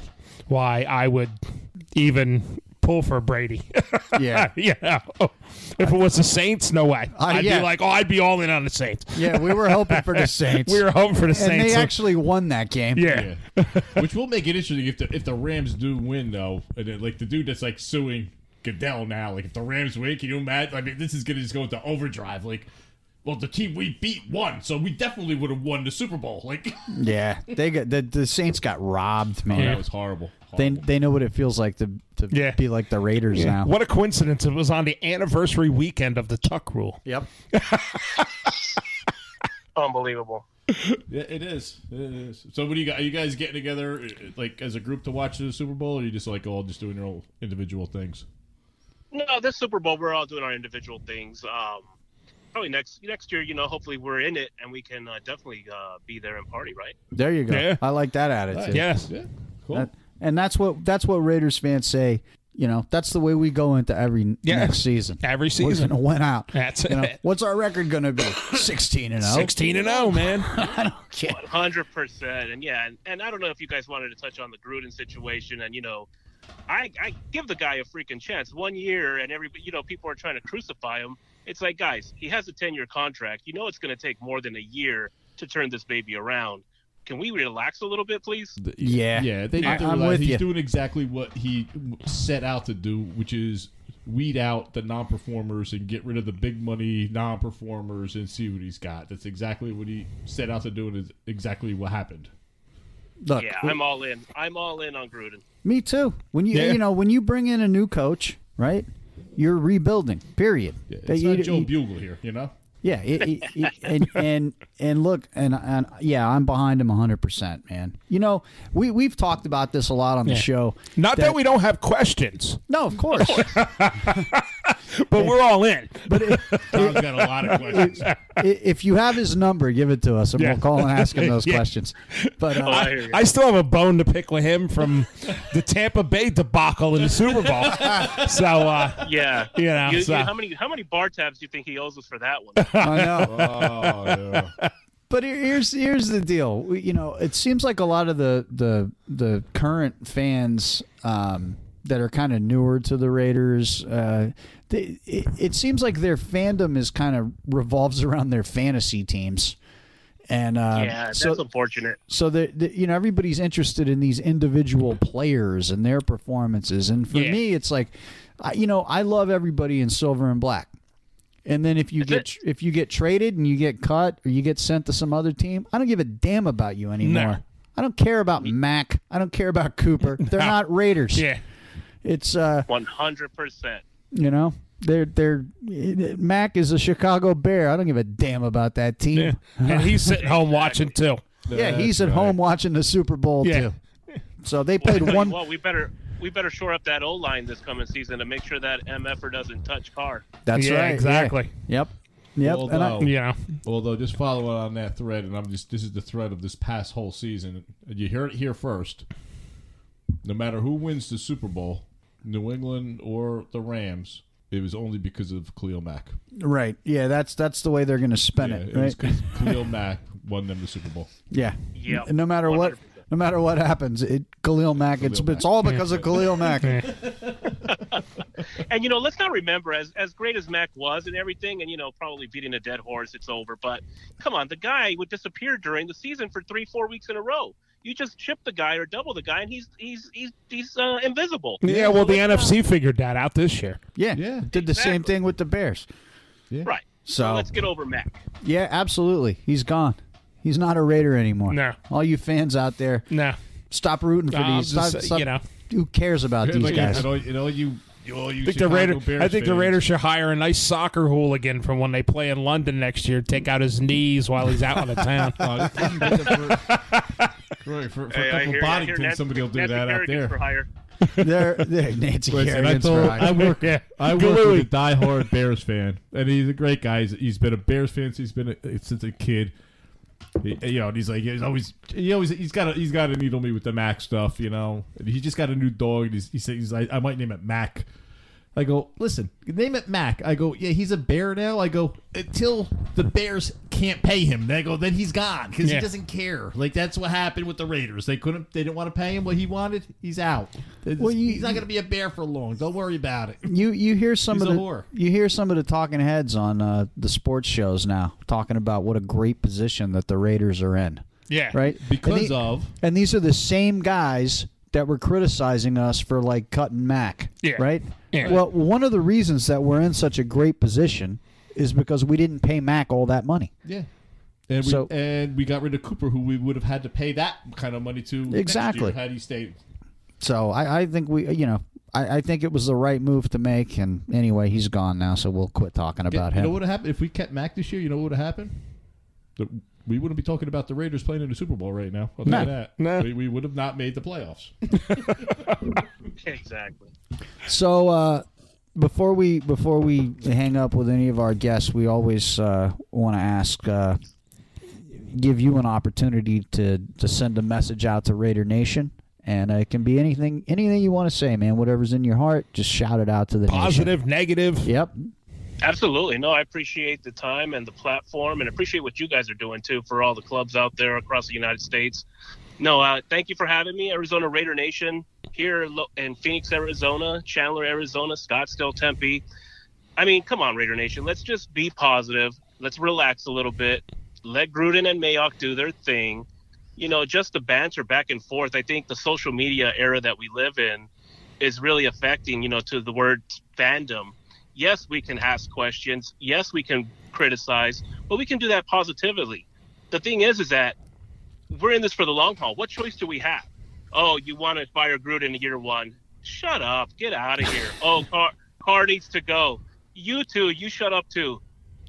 Speaker 6: why I would even pull for Brady.
Speaker 4: Yeah.
Speaker 6: yeah. If it was the Saints, no way.
Speaker 4: I-
Speaker 6: I'd
Speaker 4: Uh, yeah.
Speaker 6: be like, oh, I'd be all in on the Saints.
Speaker 4: Yeah, we were hoping for the Saints.
Speaker 6: we were hoping for the
Speaker 4: and
Speaker 6: Saints.
Speaker 4: they actually won that game.
Speaker 6: yeah.
Speaker 5: Which will make it interesting if the if the Rams do win though, and then, like the dude that's like suing Goodell now, like if the Rams win, can you imagine? I mean, this is gonna just go into overdrive. Like well, the team we beat won, so we definitely would have won the Super Bowl. Like,
Speaker 4: Yeah, they got the, the Saints got robbed, man.
Speaker 5: Oh, that was horrible.
Speaker 4: They they know what it feels like to to be like the Raiders now.
Speaker 6: What a coincidence. It was on the anniversary weekend of the Tuck rule.
Speaker 4: Yep.
Speaker 15: Unbelievable.
Speaker 5: yeah, it is. It is. So, what do you got? Are you guys getting together uh, like as a group to watch the Super Bowl, or are you just like all just doing your own individual things?
Speaker 15: No, this Super Bowl, we're all doing our individual things. Um, probably next next year, you know, hopefully we're in it and we can uh, definitely uh, be there and party, right?
Speaker 4: There you go. I like that attitude.
Speaker 15: Yes. Yeah,
Speaker 5: cool.
Speaker 4: That- and that's what that's what Raiders fans say. You know, that's the way we go into every next season. Every
Speaker 6: season.
Speaker 4: we're gonna win out.
Speaker 6: That's
Speaker 4: You know,
Speaker 6: it.
Speaker 4: what's our record gonna be? Sixteen and zero.
Speaker 6: 16 and 0, man.
Speaker 4: I don't care.
Speaker 15: One hundred percent, and yeah, and, and I don't know if you guys wanted to touch on the Gruden situation, and you know, I I give the guy a freaking chance. One year, and every you know people are trying to crucify him. It's like guys, he has a ten year contract. You know it's going to take more than a year to turn this baby around. Can we relax a little bit, please?
Speaker 4: Yeah.
Speaker 5: yeah. They
Speaker 4: I-
Speaker 5: have to
Speaker 4: I'm
Speaker 5: realize
Speaker 4: with
Speaker 5: he's
Speaker 4: you.
Speaker 5: doing exactly what he set out to do, which is weed out the non-performers and get rid of the big money non-performers and see what he's got. That's exactly what he set out to do, and is exactly what happened.
Speaker 4: Look,
Speaker 15: yeah, I'm all in. I'm all in on Gruden.
Speaker 4: Me too. When you
Speaker 5: Yeah.
Speaker 4: you know when you bring in a new coach, right? You're rebuilding. Period. That
Speaker 5: It's
Speaker 4: you-
Speaker 5: not Joe
Speaker 4: you-
Speaker 5: Bugle here, you know.
Speaker 4: Yeah, it, it, it- and and and look, and and yeah, I'm behind him 100, percent man. You know, we we've talked about this a lot on the
Speaker 6: Yeah.
Speaker 4: show.
Speaker 6: Not that we don't have questions.
Speaker 4: No, of course.
Speaker 6: But we're all in.
Speaker 4: But it,
Speaker 5: Tom's got a lot of questions.
Speaker 4: i- if you have his number, give it to us, and
Speaker 6: Yeah.
Speaker 4: we'll call and ask him those
Speaker 6: Yeah. Oh,
Speaker 4: questions. But uh,
Speaker 6: I, I still have a bone to pick with him from the Tampa Bay debacle in the Super Bowl. so, uh,
Speaker 15: Yeah,
Speaker 6: You know, so-
Speaker 15: how many how many bar tabs do you think he owes us for that one?
Speaker 4: I know.
Speaker 15: Oh,
Speaker 4: Oh, But here- here's here's the deal. We- You know, it seems like a lot of the the the current fans um, that are kind of newer to the Raiders. Uh, they, it, it seems like their fandom is kind of revolves around their fantasy teams, and
Speaker 6: Um,
Speaker 4: uh,
Speaker 15: yeah, that's
Speaker 4: so
Speaker 15: unfortunate.
Speaker 4: so that that, you know everybody's interested in these individual players and their performances. And for me, it's like, I, you know, I love everybody in silver and black. And then if you get if you get traded and you get cut or you get sent to some other team, I don't give a damn about you anymore. I don't care about Mac. I don't care about Cooper. They're not Raiders.
Speaker 6: Yeah.
Speaker 4: It's uh
Speaker 15: One hundred percent.
Speaker 4: you know, they're they're Mac is a Chicago Bear. I don't give a damn about that team.
Speaker 6: yeah. and he's sitting home watching too.
Speaker 4: Yeah, he's at home watching the Super Bowl
Speaker 6: Yeah.
Speaker 4: too. So they
Speaker 15: Well,
Speaker 4: played
Speaker 15: I tell you
Speaker 4: one
Speaker 15: what, we better we better shore up that O line this coming season to make sure that mf'er doesn't touch Carr.
Speaker 4: That's
Speaker 6: Yeah,
Speaker 4: right. yeah.
Speaker 6: exactly.
Speaker 4: Yep. Yep. and I-
Speaker 5: Although,
Speaker 6: Yeah.
Speaker 5: Although, just follow on that thread, and I'm just this is the thread of this past whole season. You hear it here first. No matter who wins the Super Bowl, New England or the Rams, it was only because of Khalil Mack.
Speaker 4: right. Yeah, that's that's the way they're going to spin
Speaker 5: Yeah,
Speaker 4: it,
Speaker 5: it
Speaker 4: right?
Speaker 5: was because Khalil Mack won them the Super Bowl.
Speaker 4: yeah.
Speaker 15: Yeah.
Speaker 4: No matter what no matter what happens, it Khalil Mack it's
Speaker 5: Khalil
Speaker 4: it's
Speaker 5: Mack.
Speaker 4: all because of Khalil Mack.
Speaker 15: And you know, let's not remember as as great as Mac was and everything, and you know, probably beating a dead horse, it's over. But come on, the guy would disappear during the season for three, four weeks in a row. You just chip the guy or double the guy, and he's he's he's he's uh, invisible.
Speaker 6: Yeah, well, the NFC figured that out this year.
Speaker 4: Yeah. Did the same thing with the Bears.
Speaker 15: Right.
Speaker 4: So-
Speaker 15: let's get over Mac.
Speaker 4: Yeah, absolutely. He's gone. He's not a Raider anymore. No. All you fans out there.
Speaker 6: No.
Speaker 4: Stop rooting for
Speaker 6: I'm
Speaker 4: these.
Speaker 6: just
Speaker 4: Stop,
Speaker 6: say-
Speaker 4: stop-
Speaker 6: you know.
Speaker 4: Who cares about
Speaker 5: Yeah,
Speaker 4: these
Speaker 5: like,
Speaker 4: guys?
Speaker 5: and all- and all you, you- all you
Speaker 6: I think, the
Speaker 5: Chicago
Speaker 6: Raider,
Speaker 5: Bears
Speaker 6: I think the
Speaker 5: fans-
Speaker 6: Raiders should hire a nice soccer hooligan from when they play in London next year. Take out his knees while he's out on the town.
Speaker 5: Oh, they can get them for- right, for, for
Speaker 15: Hey, I
Speaker 5: a couple
Speaker 15: hear- I
Speaker 5: body
Speaker 15: hear
Speaker 5: things,
Speaker 15: Nancy-
Speaker 5: somebody will do
Speaker 15: Nancy
Speaker 5: that out
Speaker 15: Kerrigan's
Speaker 5: there.
Speaker 15: for hire.
Speaker 4: They're, they're Nancy
Speaker 5: Listen, I,
Speaker 4: Kerrigan's
Speaker 5: told-
Speaker 4: for
Speaker 5: I
Speaker 4: eyes.
Speaker 5: work,
Speaker 6: Yeah.
Speaker 5: I work
Speaker 6: Gluey.
Speaker 5: with a diehard Bears fan, and he's a great guy. He's, he's been a Bears fan since he's been a, since a kid. He- you know, and he's like he's always he always he's got a, he's got to needle me with the Mac stuff. You know, and he just got a new dog. And he's, he says he's like I might name it Mac. I go listen, name it Mac. I go yeah, he's a bear now. I go until the Bears can't pay him. They go then he's gone because
Speaker 6: Yeah.
Speaker 5: he doesn't care. Like that's what happened with the Raiders. They couldn't they didn't want to pay him what he wanted. He's out.
Speaker 4: Well, you-
Speaker 5: he's not going to be a bear for long. Don't worry about it.
Speaker 4: You you hear some
Speaker 5: He's
Speaker 4: of
Speaker 5: a
Speaker 4: the
Speaker 5: whore.
Speaker 4: you hear some of the talking heads on uh, the sports shows now talking about what a great position that the Raiders are in.
Speaker 6: Yeah.
Speaker 4: right.
Speaker 5: Because
Speaker 4: and the-
Speaker 5: of-
Speaker 4: and these are the same guys that were criticizing us for like cutting Mac.
Speaker 6: Yeah.
Speaker 4: right.
Speaker 6: Yeah.
Speaker 4: Well, one of the reasons that we're in such a great position is because we didn't pay Mac all that money.
Speaker 5: Yeah. And we,
Speaker 4: So-
Speaker 5: and we got rid of Cooper, who we would have had to pay that kind of money to next year
Speaker 4: Exactly.
Speaker 5: had he stayed.
Speaker 4: So I, I think we, you know, I, I think it was the right move to make. And anyway, he's gone now, so we'll quit talking about
Speaker 5: you
Speaker 4: him.
Speaker 5: know what would have happened if we kept Mac this year? You know what would have happened? The- we wouldn't be talking about the Raiders playing in the Super Bowl right now. I'll tell you
Speaker 4: No.
Speaker 5: that. We, we would have not made the playoffs.
Speaker 15: exactly.
Speaker 4: So uh, before we before we hang up with any of our guests, we always uh, want to ask, uh, give you an opportunity to to send a message out to Raider Nation, and uh, it can be anything anything you want to say, man. Whatever's in your heart, just shout it out to the
Speaker 6: Positive, negative.
Speaker 4: Yep.
Speaker 15: Absolutely. No, I appreciate the time and the platform and appreciate what you guys are doing too for all the clubs out there across the United States. No, uh, thank you for having me, Arizona Raider Nation, here lo- in Phoenix, Arizona, Chandler, Arizona, Scottsdale, Tempe. I mean, come on, Raider Nation. Let's just be positive. Let's relax a little bit. Let Gruden and Mayock do their thing. You know, just the banter back and forth. I think the social media era that we live in is really affecting, you know, to the word fandom. Yes, we can ask questions. Yes, we can criticize, but we can do that positively. The thing is, is that we're in this for the long haul. What choice do we have? Oh, you want to fire Gruden in year one? Shut up. Get out of here. oh, car, car needs to go. You two, you shut up too.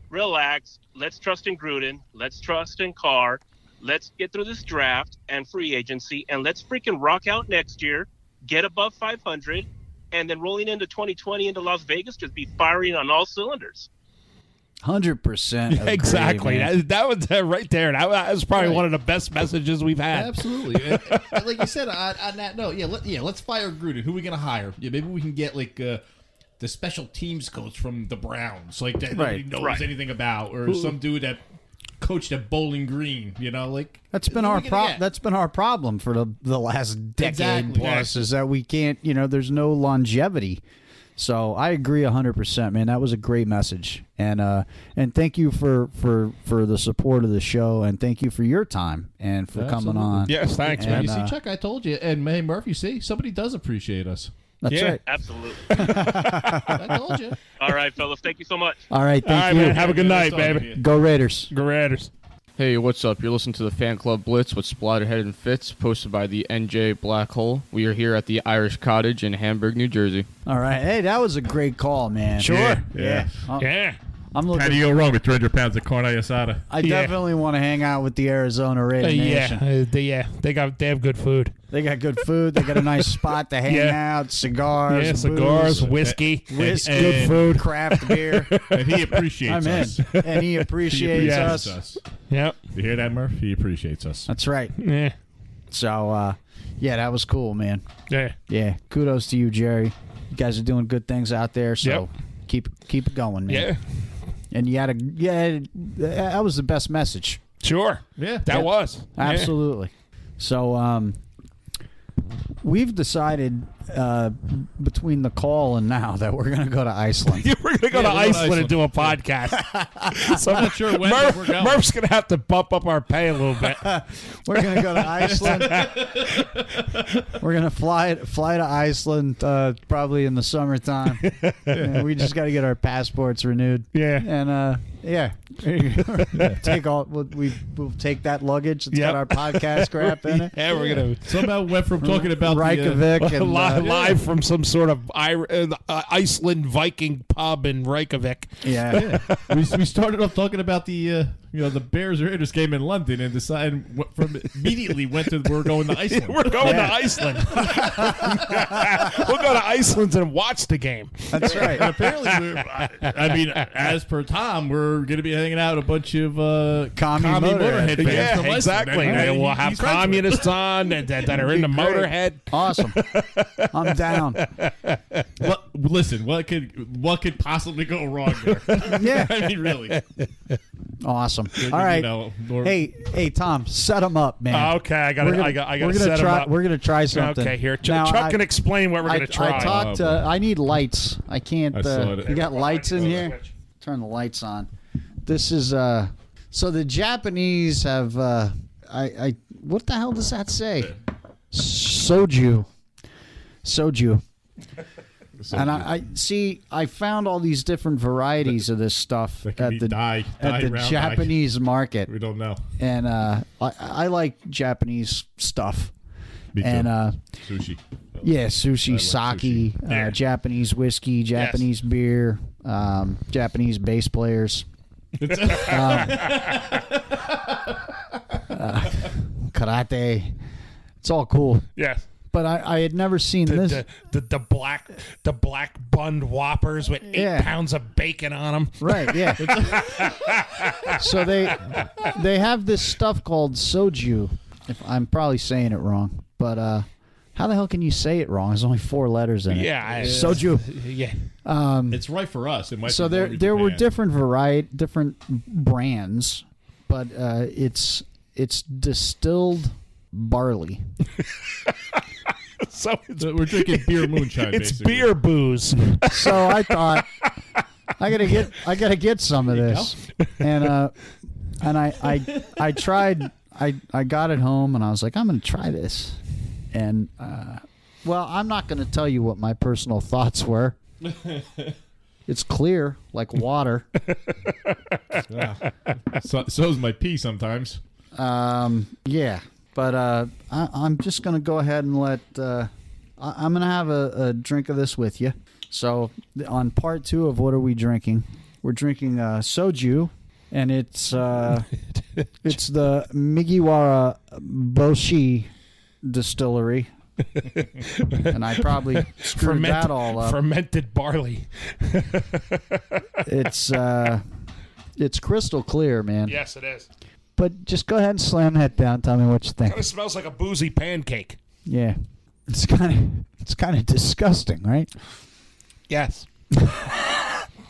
Speaker 15: Relax. Let's trust in Gruden. Let's trust in Carr. Let's get through this draft and free agency, and let's freaking rock out next year. Get above 500, and then rolling into 2020 into Las Vegas, just be firing on all cylinders.
Speaker 4: Hundred percent.
Speaker 6: exactly. That, that was uh, right there. That, that was probably one of the best messages we've had.
Speaker 5: Absolutely. And- and like you said, on, on that note, yeah, let, yeah, let's fire Gruden. Who are we going to hire? Yeah, maybe we can get like uh, the special teams coach from the Browns, like that nobody
Speaker 4: Right.
Speaker 5: knows
Speaker 4: Right.
Speaker 5: anything about, or
Speaker 4: Who-
Speaker 5: some dude that coached at Bowling Green. You know, like
Speaker 4: That's been
Speaker 5: who are
Speaker 4: our
Speaker 5: we gonna
Speaker 4: problem.
Speaker 5: get?
Speaker 4: That's been our problem for the the last decade
Speaker 5: Exactly.
Speaker 4: plus is that we can't. You know, there's no longevity. So I agree hundred percent, man. That was a great message, and uh, and thank you for for for the support of the show, and thank you for your time and for coming
Speaker 5: Absolutely.
Speaker 4: on.
Speaker 5: And you
Speaker 4: And, uh,
Speaker 5: see, Chuck, I told you, and May Murphy, see, somebody does appreciate us.
Speaker 4: That's Yeah. right.
Speaker 15: Absolutely.
Speaker 5: I told you.
Speaker 15: All right, fellas. Thank you so much.
Speaker 4: All right, thank you. Go Raiders.
Speaker 6: Go Raiders.
Speaker 16: Hey, what's up? You're listening to the Fan Club Blitz with Splatterhead and Fitz, posted by the NJ Black Hole. We are here at the Irish Cottage in Hamburg, New Jersey.
Speaker 4: All right, hey, that was a great call, man.
Speaker 16: Sure.
Speaker 4: yeah,
Speaker 16: Yeah.
Speaker 4: yeah. Oh. I'm- I'm looking.
Speaker 5: How do you go wrong with 300 pounds of corn asada?
Speaker 4: I definitely want to hang out with the Arizona Raider
Speaker 6: Uh,
Speaker 4: Nation.
Speaker 6: yeah, uh, they, yeah, they got they have good food.
Speaker 4: They got good food. They got a nice spot to hang
Speaker 6: Yeah.
Speaker 4: out. Cigars,
Speaker 6: Yeah,
Speaker 4: booze,
Speaker 6: cigars, whiskey.
Speaker 4: whiskey,
Speaker 6: And- and-
Speaker 4: good food, craft beer.
Speaker 5: And he appreciates
Speaker 4: I'm in.
Speaker 5: us.
Speaker 4: And he appreciates us.
Speaker 6: Yep.
Speaker 5: You hear that, Murph? He appreciates us.
Speaker 4: That's right.
Speaker 6: Yeah.
Speaker 4: So, uh, yeah, that was cool, man.
Speaker 6: Yeah.
Speaker 4: Yeah. Kudos to you, Jerry. You guys are doing good things out there. So
Speaker 6: Yep.
Speaker 4: keep keep it going, man.
Speaker 6: Yeah.
Speaker 4: And you had a yeah. That was the best message.
Speaker 6: Sure. Yeah. That was. Yeah.
Speaker 4: absolutely. So um, we've decided uh, between the call and now that we're going to go to Iceland.
Speaker 6: We're gonna go to Iceland, and do a podcast. so I'm not sure
Speaker 4: when, but we're going.
Speaker 6: Murph's gonna have to bump up our pay a little bit.
Speaker 4: we're gonna go to Iceland. We're gonna fly fly to Iceland uh, probably in the summertime. And we just got to get our passports renewed. Yeah, and uh, yeah, take all we'll, we we'll take that luggage. It's got our podcast crap in it.
Speaker 6: Yeah, we're gonna
Speaker 5: somehow went from talking about
Speaker 4: Reykjavik
Speaker 6: the, uh,
Speaker 4: and,
Speaker 6: li-
Speaker 4: uh,
Speaker 6: live, from some sort of I- uh, uh, Iceland Viking pub in Reykjavik.
Speaker 5: we, we started off talking about the uh, you know the Bears Raiders game in London and decided what, from immediately went to we're going to Iceland.
Speaker 6: We're going to Iceland. we'll go to Iceland and watch the game.
Speaker 4: That's right.
Speaker 5: And apparently, we're, I, I mean, as per Tom, we're going to be hanging out with a bunch of uh,
Speaker 4: commie, Motorhead
Speaker 5: fans
Speaker 6: Yeah,
Speaker 5: from Iceland.
Speaker 6: exactly.
Speaker 5: Everybody
Speaker 6: And we'll
Speaker 5: he's
Speaker 6: have
Speaker 5: friends with.
Speaker 6: communists on that, that, that are into
Speaker 5: Great.
Speaker 6: Motorhead.
Speaker 4: Awesome. I'm down.
Speaker 5: What- listen, what could what could possibly go wrong there?
Speaker 4: Yeah.
Speaker 5: I mean, really.
Speaker 4: Awesome.
Speaker 5: You
Speaker 4: All right.
Speaker 5: know, or-
Speaker 4: hey, hey, Tom, set them up, man.
Speaker 6: Ah, Okay, I gotta-
Speaker 4: We're
Speaker 6: I got- I gotta
Speaker 4: we're gonna
Speaker 6: set 'em
Speaker 4: try,
Speaker 6: up.
Speaker 4: We're gonna try something.
Speaker 6: Okay, here, Ch-
Speaker 4: Now,
Speaker 6: Chuck
Speaker 4: I-
Speaker 6: can explain what we're
Speaker 4: I-
Speaker 6: gonna try.
Speaker 4: I talked.
Speaker 6: Oh,
Speaker 4: uh, I need lights. I can't.
Speaker 6: I saw
Speaker 4: uh,
Speaker 6: it.
Speaker 4: you got lights in here. Turn the lights on. This is uh. So the Japanese have uh. I I what the hell does that say? Soju. Soju.
Speaker 5: So
Speaker 4: and I, I see. I found all these different varieties of this stuff at the
Speaker 5: dye-
Speaker 4: at
Speaker 5: dye
Speaker 4: the
Speaker 5: round
Speaker 4: Japanese market.
Speaker 5: We don't know.
Speaker 4: And uh, I, I like Japanese stuff. and uh,
Speaker 5: sushi.
Speaker 4: yeah, sushi, sake, Uh, Japanese whiskey, Japanese beer, um, Japanese bass players. Um, uh, karate. It's all cool.
Speaker 6: Yeah.
Speaker 4: But I, I had never seen
Speaker 6: The,
Speaker 4: this.
Speaker 6: the, the, the black the black bunned whoppers with eight
Speaker 4: Yeah.
Speaker 6: pounds of bacon on them.
Speaker 4: Right,
Speaker 6: yeah.
Speaker 4: so they they have this stuff called soju. If I'm probably saying it wrong, but uh, how the hell can you say it wrong? There's only four letters in it.
Speaker 5: Yeah, I-
Speaker 4: soju.
Speaker 6: Yeah.
Speaker 4: Um,
Speaker 5: it's right for us. It might. be
Speaker 4: so there
Speaker 5: more in
Speaker 4: there were
Speaker 5: Japan.
Speaker 4: different variety, different brands, but uh, it's it's distilled barley.
Speaker 6: so it's,
Speaker 5: we're drinking beer moonshine.
Speaker 4: It's
Speaker 5: basically.
Speaker 6: beer booze.
Speaker 4: so I thought I gotta get I gotta get some of this, and uh, and I I I tried I I got it home and I was like I'm gonna try this, and uh, well I'm not gonna tell you what my personal thoughts were. It's clear like water.
Speaker 5: so, so's my pee sometimes.
Speaker 4: Um, yeah, but uh, I, I'm just gonna go ahead and let. Uh, I, I'm gonna have a, a drink of this with you. So th- on part two of what are we drinking? We're drinking uh, soju, and it's uh, it's the Migiwara Boshi Distillery. and I probably screwed
Speaker 6: Ferment-
Speaker 4: that all up.
Speaker 6: Fermented barley.
Speaker 4: It's uh, it's crystal clear, man.
Speaker 6: Yes, it is.
Speaker 4: But just go ahead and slam that down. Tell me what you think.
Speaker 6: Kind of smells like a boozy pancake.
Speaker 4: Yeah. It's kind of it's kind of disgusting, right?
Speaker 6: Yes.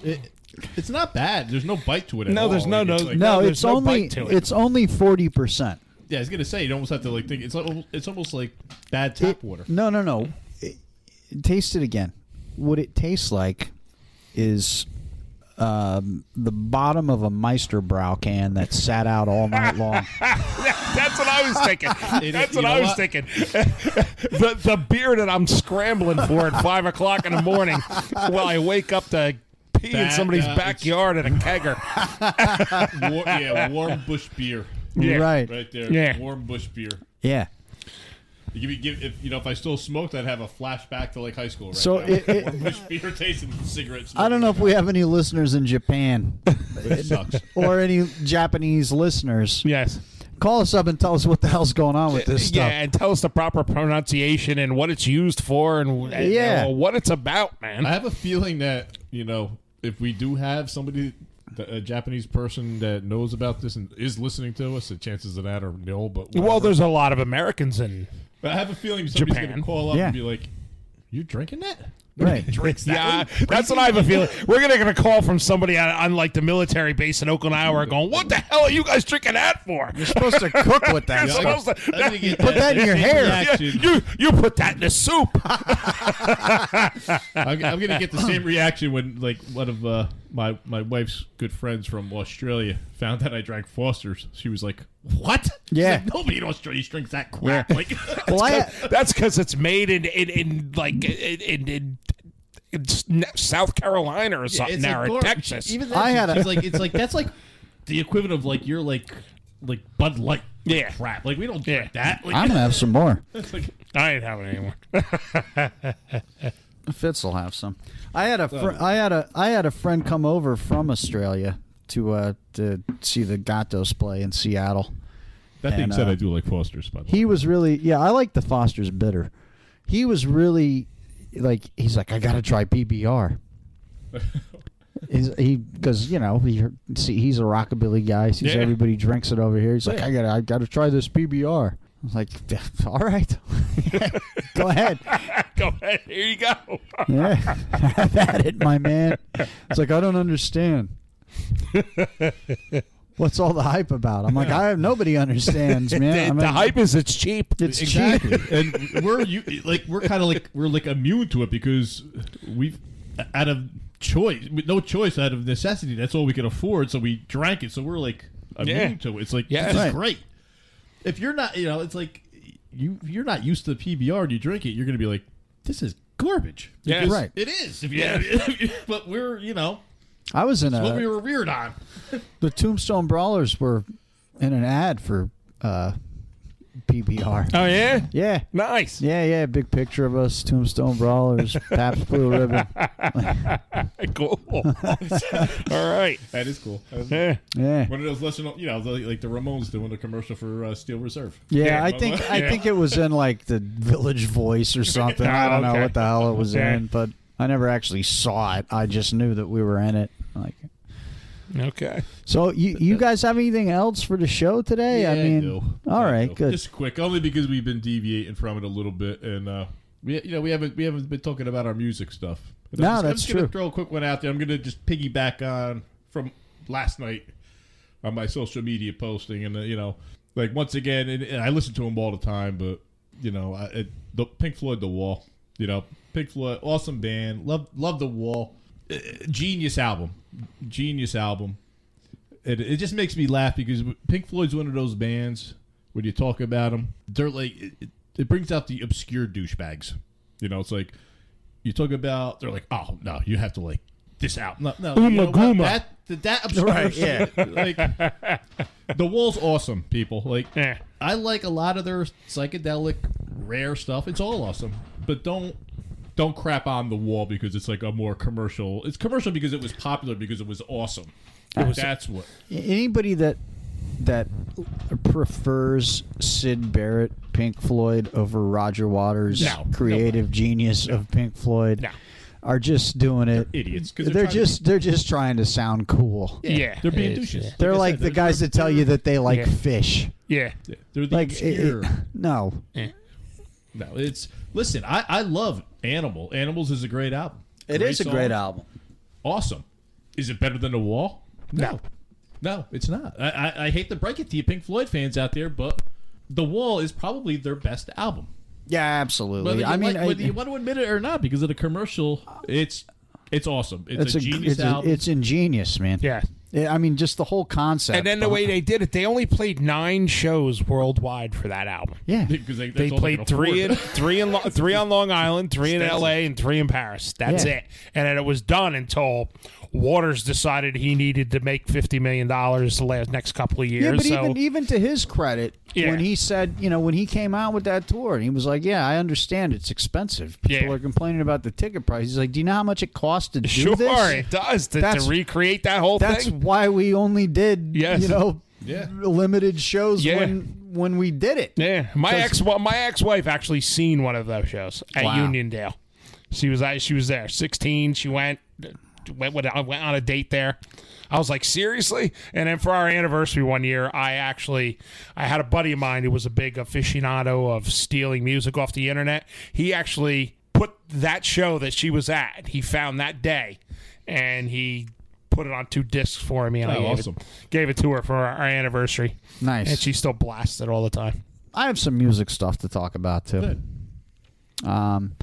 Speaker 5: It, it's not bad. There's no bite to it. At
Speaker 6: No,
Speaker 5: all.
Speaker 6: there's no-
Speaker 5: Like,
Speaker 6: no-
Speaker 5: it's like-
Speaker 4: no, it's only it's only 40%.
Speaker 5: Yeah, I was gonna say you almost have to like think it's al- it's almost like bad tap water.
Speaker 4: No, no, no. It- taste it again. What it tastes like is um, the bottom of a Meisterbrow can that sat out all night long.
Speaker 6: That's what I was thinking.
Speaker 5: It-
Speaker 6: That's
Speaker 5: you
Speaker 6: what I
Speaker 5: know
Speaker 6: was
Speaker 5: what?
Speaker 6: thinking. the the beer that I'm scrambling for at five o'clock in the morning while I wake up to pee in
Speaker 5: That,
Speaker 6: somebody's
Speaker 5: uh,
Speaker 6: backyard at a kegger.
Speaker 5: War, yeah, warm bush beer.
Speaker 4: Yeah. Right.
Speaker 5: right there.
Speaker 4: Yeah.
Speaker 5: warm bush beer.
Speaker 4: yeah.
Speaker 5: You give, me- give, if you know if I still smoked, I'd have a flashback to like high school. Right
Speaker 4: So
Speaker 5: now.
Speaker 4: it- it-
Speaker 5: warm bush beer tasting cigarettes.
Speaker 4: I don't know if we have any listeners in Japan
Speaker 5: It sucks.
Speaker 4: or any Japanese listeners.
Speaker 6: Yes.
Speaker 4: Call us up and tell us what the hell's going on with this
Speaker 6: Yeah,
Speaker 4: stuff.
Speaker 6: and tell us the proper pronunciation and what it's used for and, and,
Speaker 4: Yeah.
Speaker 6: uh, what it's about, man.
Speaker 5: I have a feeling that you know if we do have somebody, a Japanese person that knows about this and is listening to us, the chances of that are nil. But
Speaker 6: well, there's a lot of Americans in
Speaker 5: But I have a feeling somebody's
Speaker 6: Japan.
Speaker 5: going to call up
Speaker 6: Yeah.
Speaker 5: and be like, "You drinking that?"
Speaker 4: Right.
Speaker 5: Drinks that
Speaker 6: Yeah,
Speaker 5: one?
Speaker 6: that's what I have a feeling. We're gonna get a call from somebody on, on like the military base in Oakland, Iowa, going, "What the hell are you guys drinking that for? Mm-hmm. You're
Speaker 4: supposed to cook with that stuff. Put that in your hair.
Speaker 6: you you put that in the soup.
Speaker 5: I'm, I'm gonna get the same reaction when like one of uh, my my wife's good friends from Australia found out I drank Foster's. She was like, "What? She's
Speaker 6: Yeah.
Speaker 5: like, nobody in Australia drinks that crap." Like,
Speaker 6: that's because it's made in in, in like in, in, in, in S- South Carolina or something,
Speaker 5: it's
Speaker 6: or
Speaker 5: like
Speaker 6: in
Speaker 5: gar-
Speaker 6: Texas.
Speaker 5: Even that, I had a, like, it's like that's like the equivalent of like you're like like Bud Light, yeah, crap. Like we don't drink that. Like,
Speaker 4: I'm gonna have some more.
Speaker 5: It's like-
Speaker 6: I ain't having anymore.
Speaker 4: Fitz will have some. I had a fr- I had a I had a friend come over from Australia to uh to see the Gatos play in Seattle.
Speaker 5: That being
Speaker 4: And,
Speaker 5: said,
Speaker 4: uh,
Speaker 5: I do like Foster's, by the way.
Speaker 4: He was really yeah. I like the Foster's bitter. He was really like he's like I gotta try PBR. He's, he because you know he heard- see he's a rockabilly guy. He Sees
Speaker 17: Yeah.
Speaker 4: everybody drinks it over here. He's like I gotta I gotta try this PBR. I was like all right, go ahead.
Speaker 6: go ahead. Here you go.
Speaker 4: Yeah, have at it, my man. It's like I don't understand. What's all the hype about? I'm like, I nobody understands, man.
Speaker 6: The-
Speaker 4: I mean,
Speaker 6: the hype is it's cheap.
Speaker 4: It's
Speaker 5: exactly.
Speaker 4: cheap.
Speaker 5: and we're you like we're kind of like we're like immune to it because we've out of choice, with no choice, out of necessity. That's all we could afford, so we drank it. So we're like immune
Speaker 6: Yeah.
Speaker 5: to it. It's like
Speaker 6: Yeah.
Speaker 5: this is
Speaker 6: Right.
Speaker 5: great. If you're not, you know, it's like you if you're not used to PBR and you drink it, you're gonna be like, this is
Speaker 17: garbage.
Speaker 5: Yeah.
Speaker 17: Because
Speaker 5: Right.
Speaker 17: It is. If you, but we're you know
Speaker 4: I was in
Speaker 17: it's
Speaker 4: a
Speaker 17: what we were reared on.
Speaker 4: the Tombstone Brawlers were in an ad for uh, PBR.
Speaker 6: Oh yeah,
Speaker 4: yeah,
Speaker 6: nice.
Speaker 4: Yeah, yeah, big picture of us, Tombstone Brawlers, Pabst Blue Ribbon.
Speaker 6: cool. All right.
Speaker 5: That is cool. That is-
Speaker 6: Yeah.
Speaker 4: Yeah.
Speaker 5: One of those lesser, known- you know, like, like the Ramones doing the commercial for uh, Steel Reserve.
Speaker 4: Yeah, I think I think it was in like the Village Voice or something. I don't know
Speaker 5: Okay.
Speaker 4: what the hell it was
Speaker 5: Okay.
Speaker 4: in, but I never actually saw it. I just knew that we were in it. Like,
Speaker 6: okay.
Speaker 4: so you you guys have anything else for the show today? I
Speaker 5: Yeah, I
Speaker 4: mean,
Speaker 5: do.
Speaker 4: all right, good.
Speaker 5: Just quick, only because we've been deviating from it a little bit, and uh, we you know we haven't we haven't been talking about our music stuff. And
Speaker 4: No,
Speaker 5: I'm just, I'm
Speaker 4: that's
Speaker 5: just Gonna
Speaker 4: true.
Speaker 5: throw a quick one out there. I'm gonna just piggyback on from last night on my social media posting, and uh, you know, like once again, and, and I listen to them all the time, but you know, I, it, the Pink Floyd, The Wall, you know, Pink Floyd, awesome band, love love The Wall, Uh, genius album, genius album it, it just makes me laugh because Pink Floyd's one of those bands when you talk about them, they're like it, it- it brings out the obscure douchebags. You know, it's like you talk about they're like, oh no, you have to like this out. No, no, you
Speaker 6: Uma
Speaker 5: know what?
Speaker 6: Guma.
Speaker 5: That that, that obscure
Speaker 6: Right,
Speaker 5: shit,
Speaker 6: yeah.
Speaker 5: like the wall's awesome, people. Like I like a lot of their psychedelic rare stuff. It's all awesome, but don't. Don't crap on the wall because it's like a more commercial. It's commercial because it was popular because it was awesome.
Speaker 4: It was-
Speaker 5: That's what.
Speaker 4: anybody that that prefers Sid Barrett, Pink Floyd over Roger Waters,
Speaker 5: No.
Speaker 4: creative genius of Pink Floyd, are just doing it.
Speaker 5: They're idiots 'cause
Speaker 4: They're,
Speaker 5: they're trying to-
Speaker 4: just they're just trying to sound cool.
Speaker 5: Yeah. Yeah. They're being
Speaker 4: It's-
Speaker 5: douches.
Speaker 4: They're
Speaker 5: Like I
Speaker 4: like
Speaker 5: said,
Speaker 4: the
Speaker 5: they're-
Speaker 4: guys that tell you that they like
Speaker 5: Yeah.
Speaker 4: fish.
Speaker 6: Yeah.
Speaker 5: They're the
Speaker 4: Like it- it-
Speaker 5: obscure.
Speaker 4: no.
Speaker 5: no, it's listen, I, I love Animal. Animals is a great album.
Speaker 17: It
Speaker 5: It
Speaker 17: is
Speaker 5: is
Speaker 17: a great album.
Speaker 5: Awesome. Is it better than The Wall? No. No, it's not. I, I, I hate to break it to you, Pink Floyd fans out there, but The Wall is probably their best album.
Speaker 4: Yeah,
Speaker 5: Whether
Speaker 4: absolutely.
Speaker 5: you
Speaker 4: I mean,
Speaker 5: like-
Speaker 4: I-
Speaker 5: whether you want to admit it or not, because of the commercial, it's it's awesome. It's, a, genius
Speaker 4: it's
Speaker 5: album.
Speaker 4: it's ingenious, man.
Speaker 6: Yeah.
Speaker 4: I mean, just the whole concept.
Speaker 6: And then the way they did it, they only played nine shows worldwide for that album.
Speaker 4: Yeah,
Speaker 5: because they,
Speaker 6: They played three in three in Lo- three on Long Island, three in L.A., and three in Paris. That's
Speaker 4: Yeah.
Speaker 6: it, and then it was done until Waters decided he needed to make fifty million dollars the last next couple of years.
Speaker 4: Yeah, but
Speaker 6: so
Speaker 4: even even to his credit,
Speaker 6: Yeah.
Speaker 4: when he said, you know, when he came out with that tour, and he was like, "Yeah, I understand it's expensive. People are complaining about the ticket price." He's like, "Do you know how much it costs to do
Speaker 6: sure,
Speaker 4: this?"
Speaker 6: it does to, to
Speaker 4: That's-
Speaker 6: recreate that whole
Speaker 4: That's
Speaker 6: thing.
Speaker 4: why we only did,
Speaker 6: Yes.
Speaker 4: you know,
Speaker 6: Yeah.
Speaker 4: limited shows
Speaker 6: Yeah.
Speaker 4: when when we did it.
Speaker 6: Yeah, my
Speaker 4: 'Cause-
Speaker 6: ex my ex wife actually seen one of those shows at
Speaker 4: Wow.
Speaker 6: Uniondale. She was I- she was there. Sixteen. She went went went went on a date there. I was like, seriously? And then for our anniversary one year, I actually I had a buddy of mine who was a big aficionado of stealing music off the internet. He actually put that show that she was at. He found that day, and he put it on two discs for me. And I
Speaker 5: Oh,
Speaker 6: gave
Speaker 5: awesome.
Speaker 6: It, gave it to her for our, our anniversary.
Speaker 4: Nice.
Speaker 6: And she still blasts it all the time.
Speaker 4: I have some music stuff to talk about too. Um,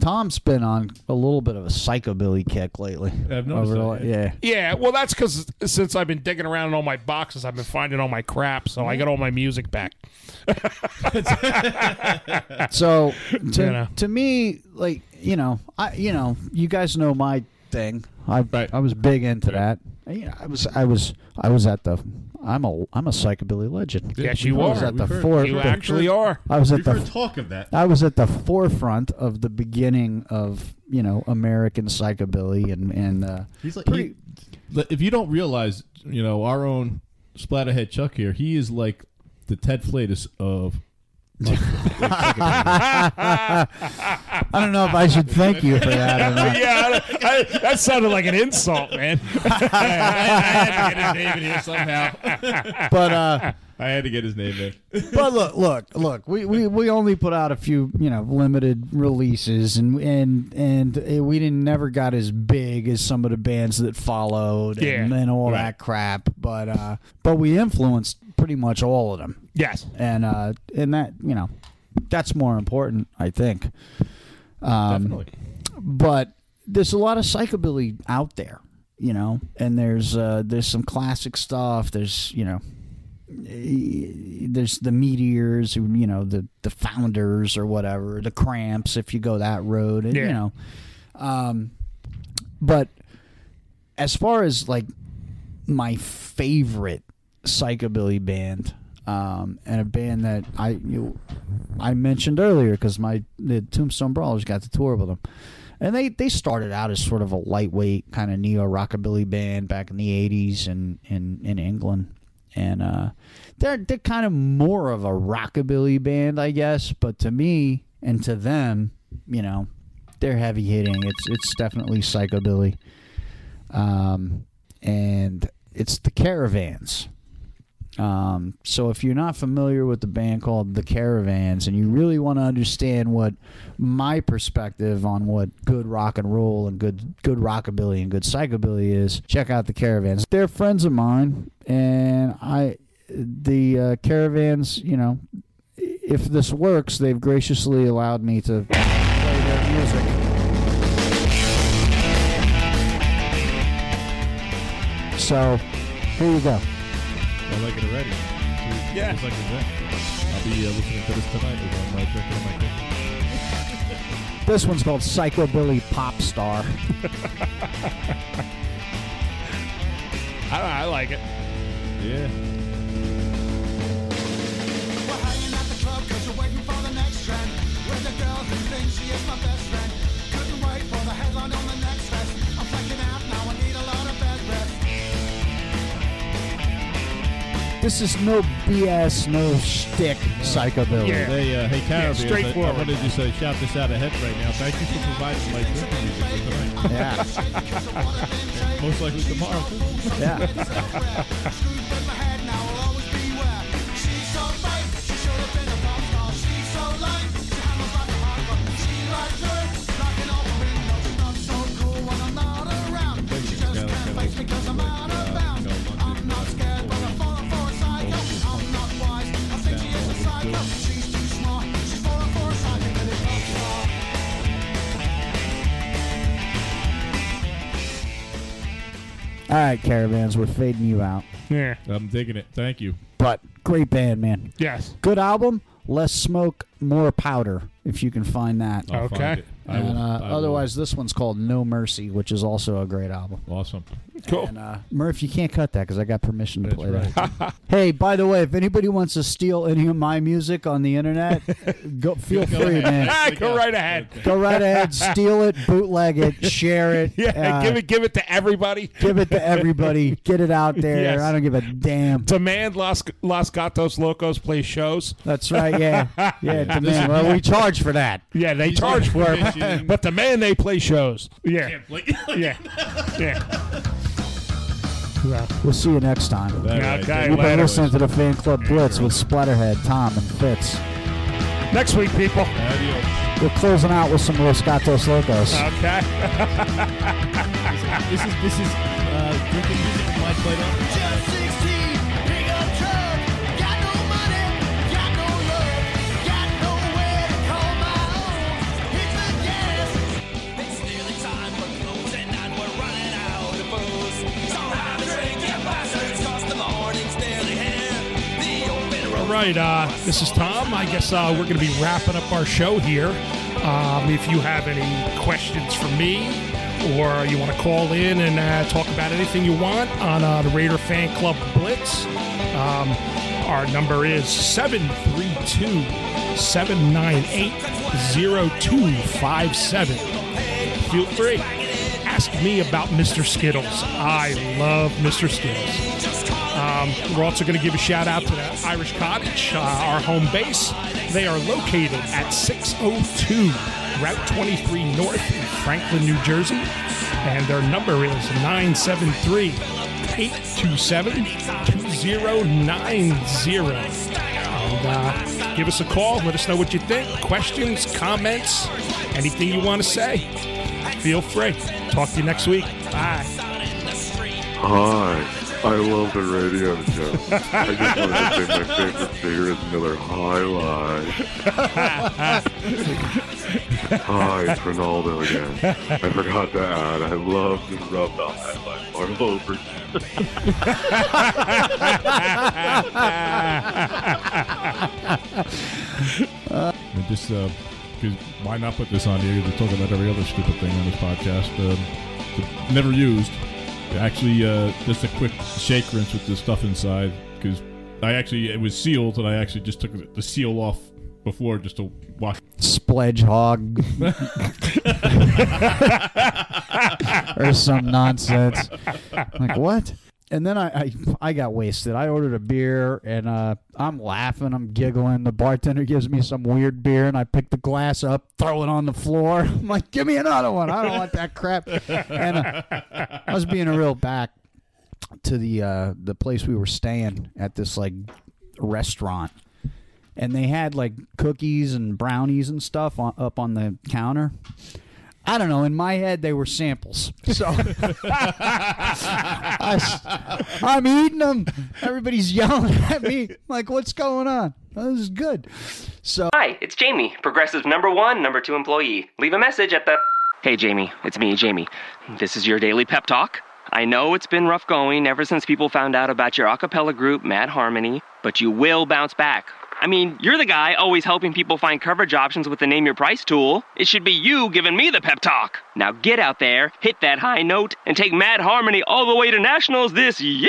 Speaker 4: Tom's been on a little bit of a psychobilly kick lately.
Speaker 5: I've
Speaker 6: noticed
Speaker 4: Over the- yeah.
Speaker 6: Yeah, well, that's because since I've been digging around in all my boxes, I've been finding all my crap, so I got all my music back.
Speaker 4: so to,
Speaker 6: You know.
Speaker 4: to me like you know i you know you guys know my thing i i was big into that And, you know, i was i was i was at the i'm a i'm a psychobilly legend
Speaker 6: Yes, you
Speaker 4: I was
Speaker 6: are.
Speaker 4: at the
Speaker 6: We've heard-
Speaker 4: fore-
Speaker 6: you
Speaker 4: the-
Speaker 6: actually are.
Speaker 4: i was at
Speaker 6: We've
Speaker 4: the
Speaker 6: heard talk of that.
Speaker 4: i was at the forefront of the beginning of you know american psychobilly and and uh
Speaker 5: He's like, he- if you don't realize, you know, our own splatterhead Chuck here, he is like the Ted Flatus of.
Speaker 4: I don't know if I should thank you for that or not.
Speaker 6: yeah, I- I- that sounded like an insult, man.
Speaker 5: I had to get his name in here somehow.
Speaker 4: But, uh,
Speaker 5: I had to get his name in.
Speaker 4: but look, look, look. We, we we only put out a few, you know, limited releases, and and and eh, we didn't never got as big as some of the bands that followed, and,
Speaker 6: Yeah.
Speaker 4: and all
Speaker 6: Right.
Speaker 4: that crap. But uh, but we influenced pretty much all of them.
Speaker 6: Yes,
Speaker 4: and uh, and that you know, that's more important, I think. Um, Definitely. But there's a lot of psychobilly out there, you know, and there's uh, there's some classic stuff. There's you know, eh, there's the meteors who you know the the founders or whatever the cramps if you go that road and, you
Speaker 18: Yeah.
Speaker 4: know um but as far as like my favorite psychobilly band um, and a band that I you, I mentioned earlier because my the Tombstone Brawlers got to tour with them, and they they started out as sort of a lightweight kind of neo rockabilly band back in the '80s in in, in England, and uh, they're they're kind of more of a rockabilly band, I guess. But to me and to them, you know, they're heavy hitting. It's it's definitely psychobilly, um, and it's the Caravans. Um, so if you're not familiar with the band called The Caravans and you really want to understand what my perspective on what good rock and roll and good good rockabilly and good psychobilly is, check out The Caravans. They're friends of mine and I the uh, Caravans, you know, if this works, they've graciously allowed me to play their music. So, here you go.
Speaker 5: I like it already. Yeah. It's like a drink. I'll be uh, listening to this tonight with my drink and my
Speaker 4: This one's called Psychobilly Pop Star.
Speaker 6: I, I like it.
Speaker 5: Yeah.
Speaker 4: This is no BS, no shtick psychobilly.
Speaker 5: They, uh, hey, Caribbean, I, I wanted to just uh, shout this out ahead right now. Thank you for providing my drinking music for tonight.
Speaker 4: Yeah.
Speaker 5: Most likely tomorrow. too.
Speaker 4: All right, Caravans, we're fading you out.
Speaker 5: Yeah. I'm digging it. Thank you.
Speaker 4: But great band, man.
Speaker 5: Yes.
Speaker 4: Good album. Less smoke, more powder, if you can find that.
Speaker 5: I'll find Okay. it. I
Speaker 4: And,
Speaker 5: will.
Speaker 4: uh,
Speaker 5: I will.
Speaker 4: otherwise, this one's called No Mercy, which is also a great album.
Speaker 5: Awesome.
Speaker 4: Cool. And, uh, Murph, you can't cut that because I got permission to play
Speaker 5: right.
Speaker 4: that. hey, by the way, if anybody wants to steal any of my music on the internet, go feel
Speaker 6: Go
Speaker 4: free,
Speaker 6: ahead.
Speaker 4: man.
Speaker 6: Go right ahead.
Speaker 4: Go right ahead, steal it, bootleg it, share it.
Speaker 6: Yeah,
Speaker 4: uh,
Speaker 6: give it, give it to everybody.
Speaker 4: give it to everybody. Get it out there.
Speaker 6: Yes.
Speaker 4: I don't give a damn.
Speaker 6: Demand Los Los Gatos Locos play shows.
Speaker 4: That's right. Yeah, yeah.
Speaker 6: Yeah,
Speaker 4: demand.
Speaker 6: this-
Speaker 4: well, we charge for that.
Speaker 6: Yeah, they
Speaker 4: He's
Speaker 6: charge
Speaker 4: got
Speaker 6: for it,
Speaker 4: permission.
Speaker 6: but the man they play shows. Yeah, yeah, yeah.
Speaker 4: We'll see you next time.
Speaker 6: Okay, Okay,
Speaker 4: You've been
Speaker 6: later.
Speaker 4: listening to the Fan Club Blitz with Splatterhead, Tom, and Fitz.
Speaker 6: Next week, people.
Speaker 4: We're closing out with some Los Gatos Locos.
Speaker 6: Okay.
Speaker 5: this is this is uh, drinking music with my plate on.
Speaker 6: All right, uh, this is Tom. I guess uh, we're going to be wrapping up our show here. Um, if you have any questions for me, or you want to call in and uh, talk about anything you want on uh, the Raider Fan Club Blitz, um, our number is 732 798 0257 feel free. Ask me about Mr. Skittles. I love Mr. Skittles. Um, we're also going to give a shout out to the Irish Cottage, uh, our home base. They are located at 602 Route 23 North in Franklin, New Jersey. And their number is 973 827 2090 and uh, give us a call. Let us know what you think. Questions, comments, anything you want to say. Feel free. Talk to you next week. Bye.
Speaker 13: Hi, I love the radio show. I just wanted to say my favorite beer is Miller High Life. Hi, it's Ronaldo again. I forgot to add, I love to rub the highlight all over
Speaker 5: And just uh, 'cause why not put this on here? We're talking about every other stupid thing on this podcast. Um, that- never used. Actually, uh, just a quick shake rinse with the stuff inside because I actually it was sealed and I actually just took the seal off before just to wash.
Speaker 4: Spledge hog. or some nonsense. Like what? And then I, I I got wasted. I ordered a beer and uh, I'm laughing, I'm giggling. The bartender gives me some weird beer and I pick the glass up, throw it on the floor. I'm like, give me another one. I don't want that crap. And uh, I was being a real back to the uh, the place we were staying at this like restaurant, and they had like cookies and brownies and stuff on, up on the counter. I don't know. In my head, they were samples, so I, am eating them. Everybody's yelling at me, like, "What's going on? This is good." So
Speaker 19: Hi, it's Jamie, Progressive number one, number two employee. Leave a message at the. Hey, Jamie, it's me, Jamie. This is your daily pep talk. I know it's been rough going ever since people found out about your a cappella group, Mad Harmony, but you will bounce back. I mean, you're the guy always helping people find coverage options with the Name Your Price tool. It should be you giving me the pep talk. Now get out there, hit that high note, and take Mad Harmony all the way to nationals this year!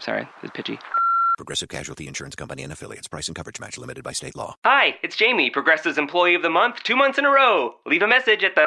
Speaker 19: Sorry, it's pitchy.
Speaker 2: Progressive Casualty Insurance Company and affiliates. Price and coverage match limited by state law.
Speaker 19: Hi, it's Jamie, Progressive's Employee of the Month, two months in a row. Leave a message at the.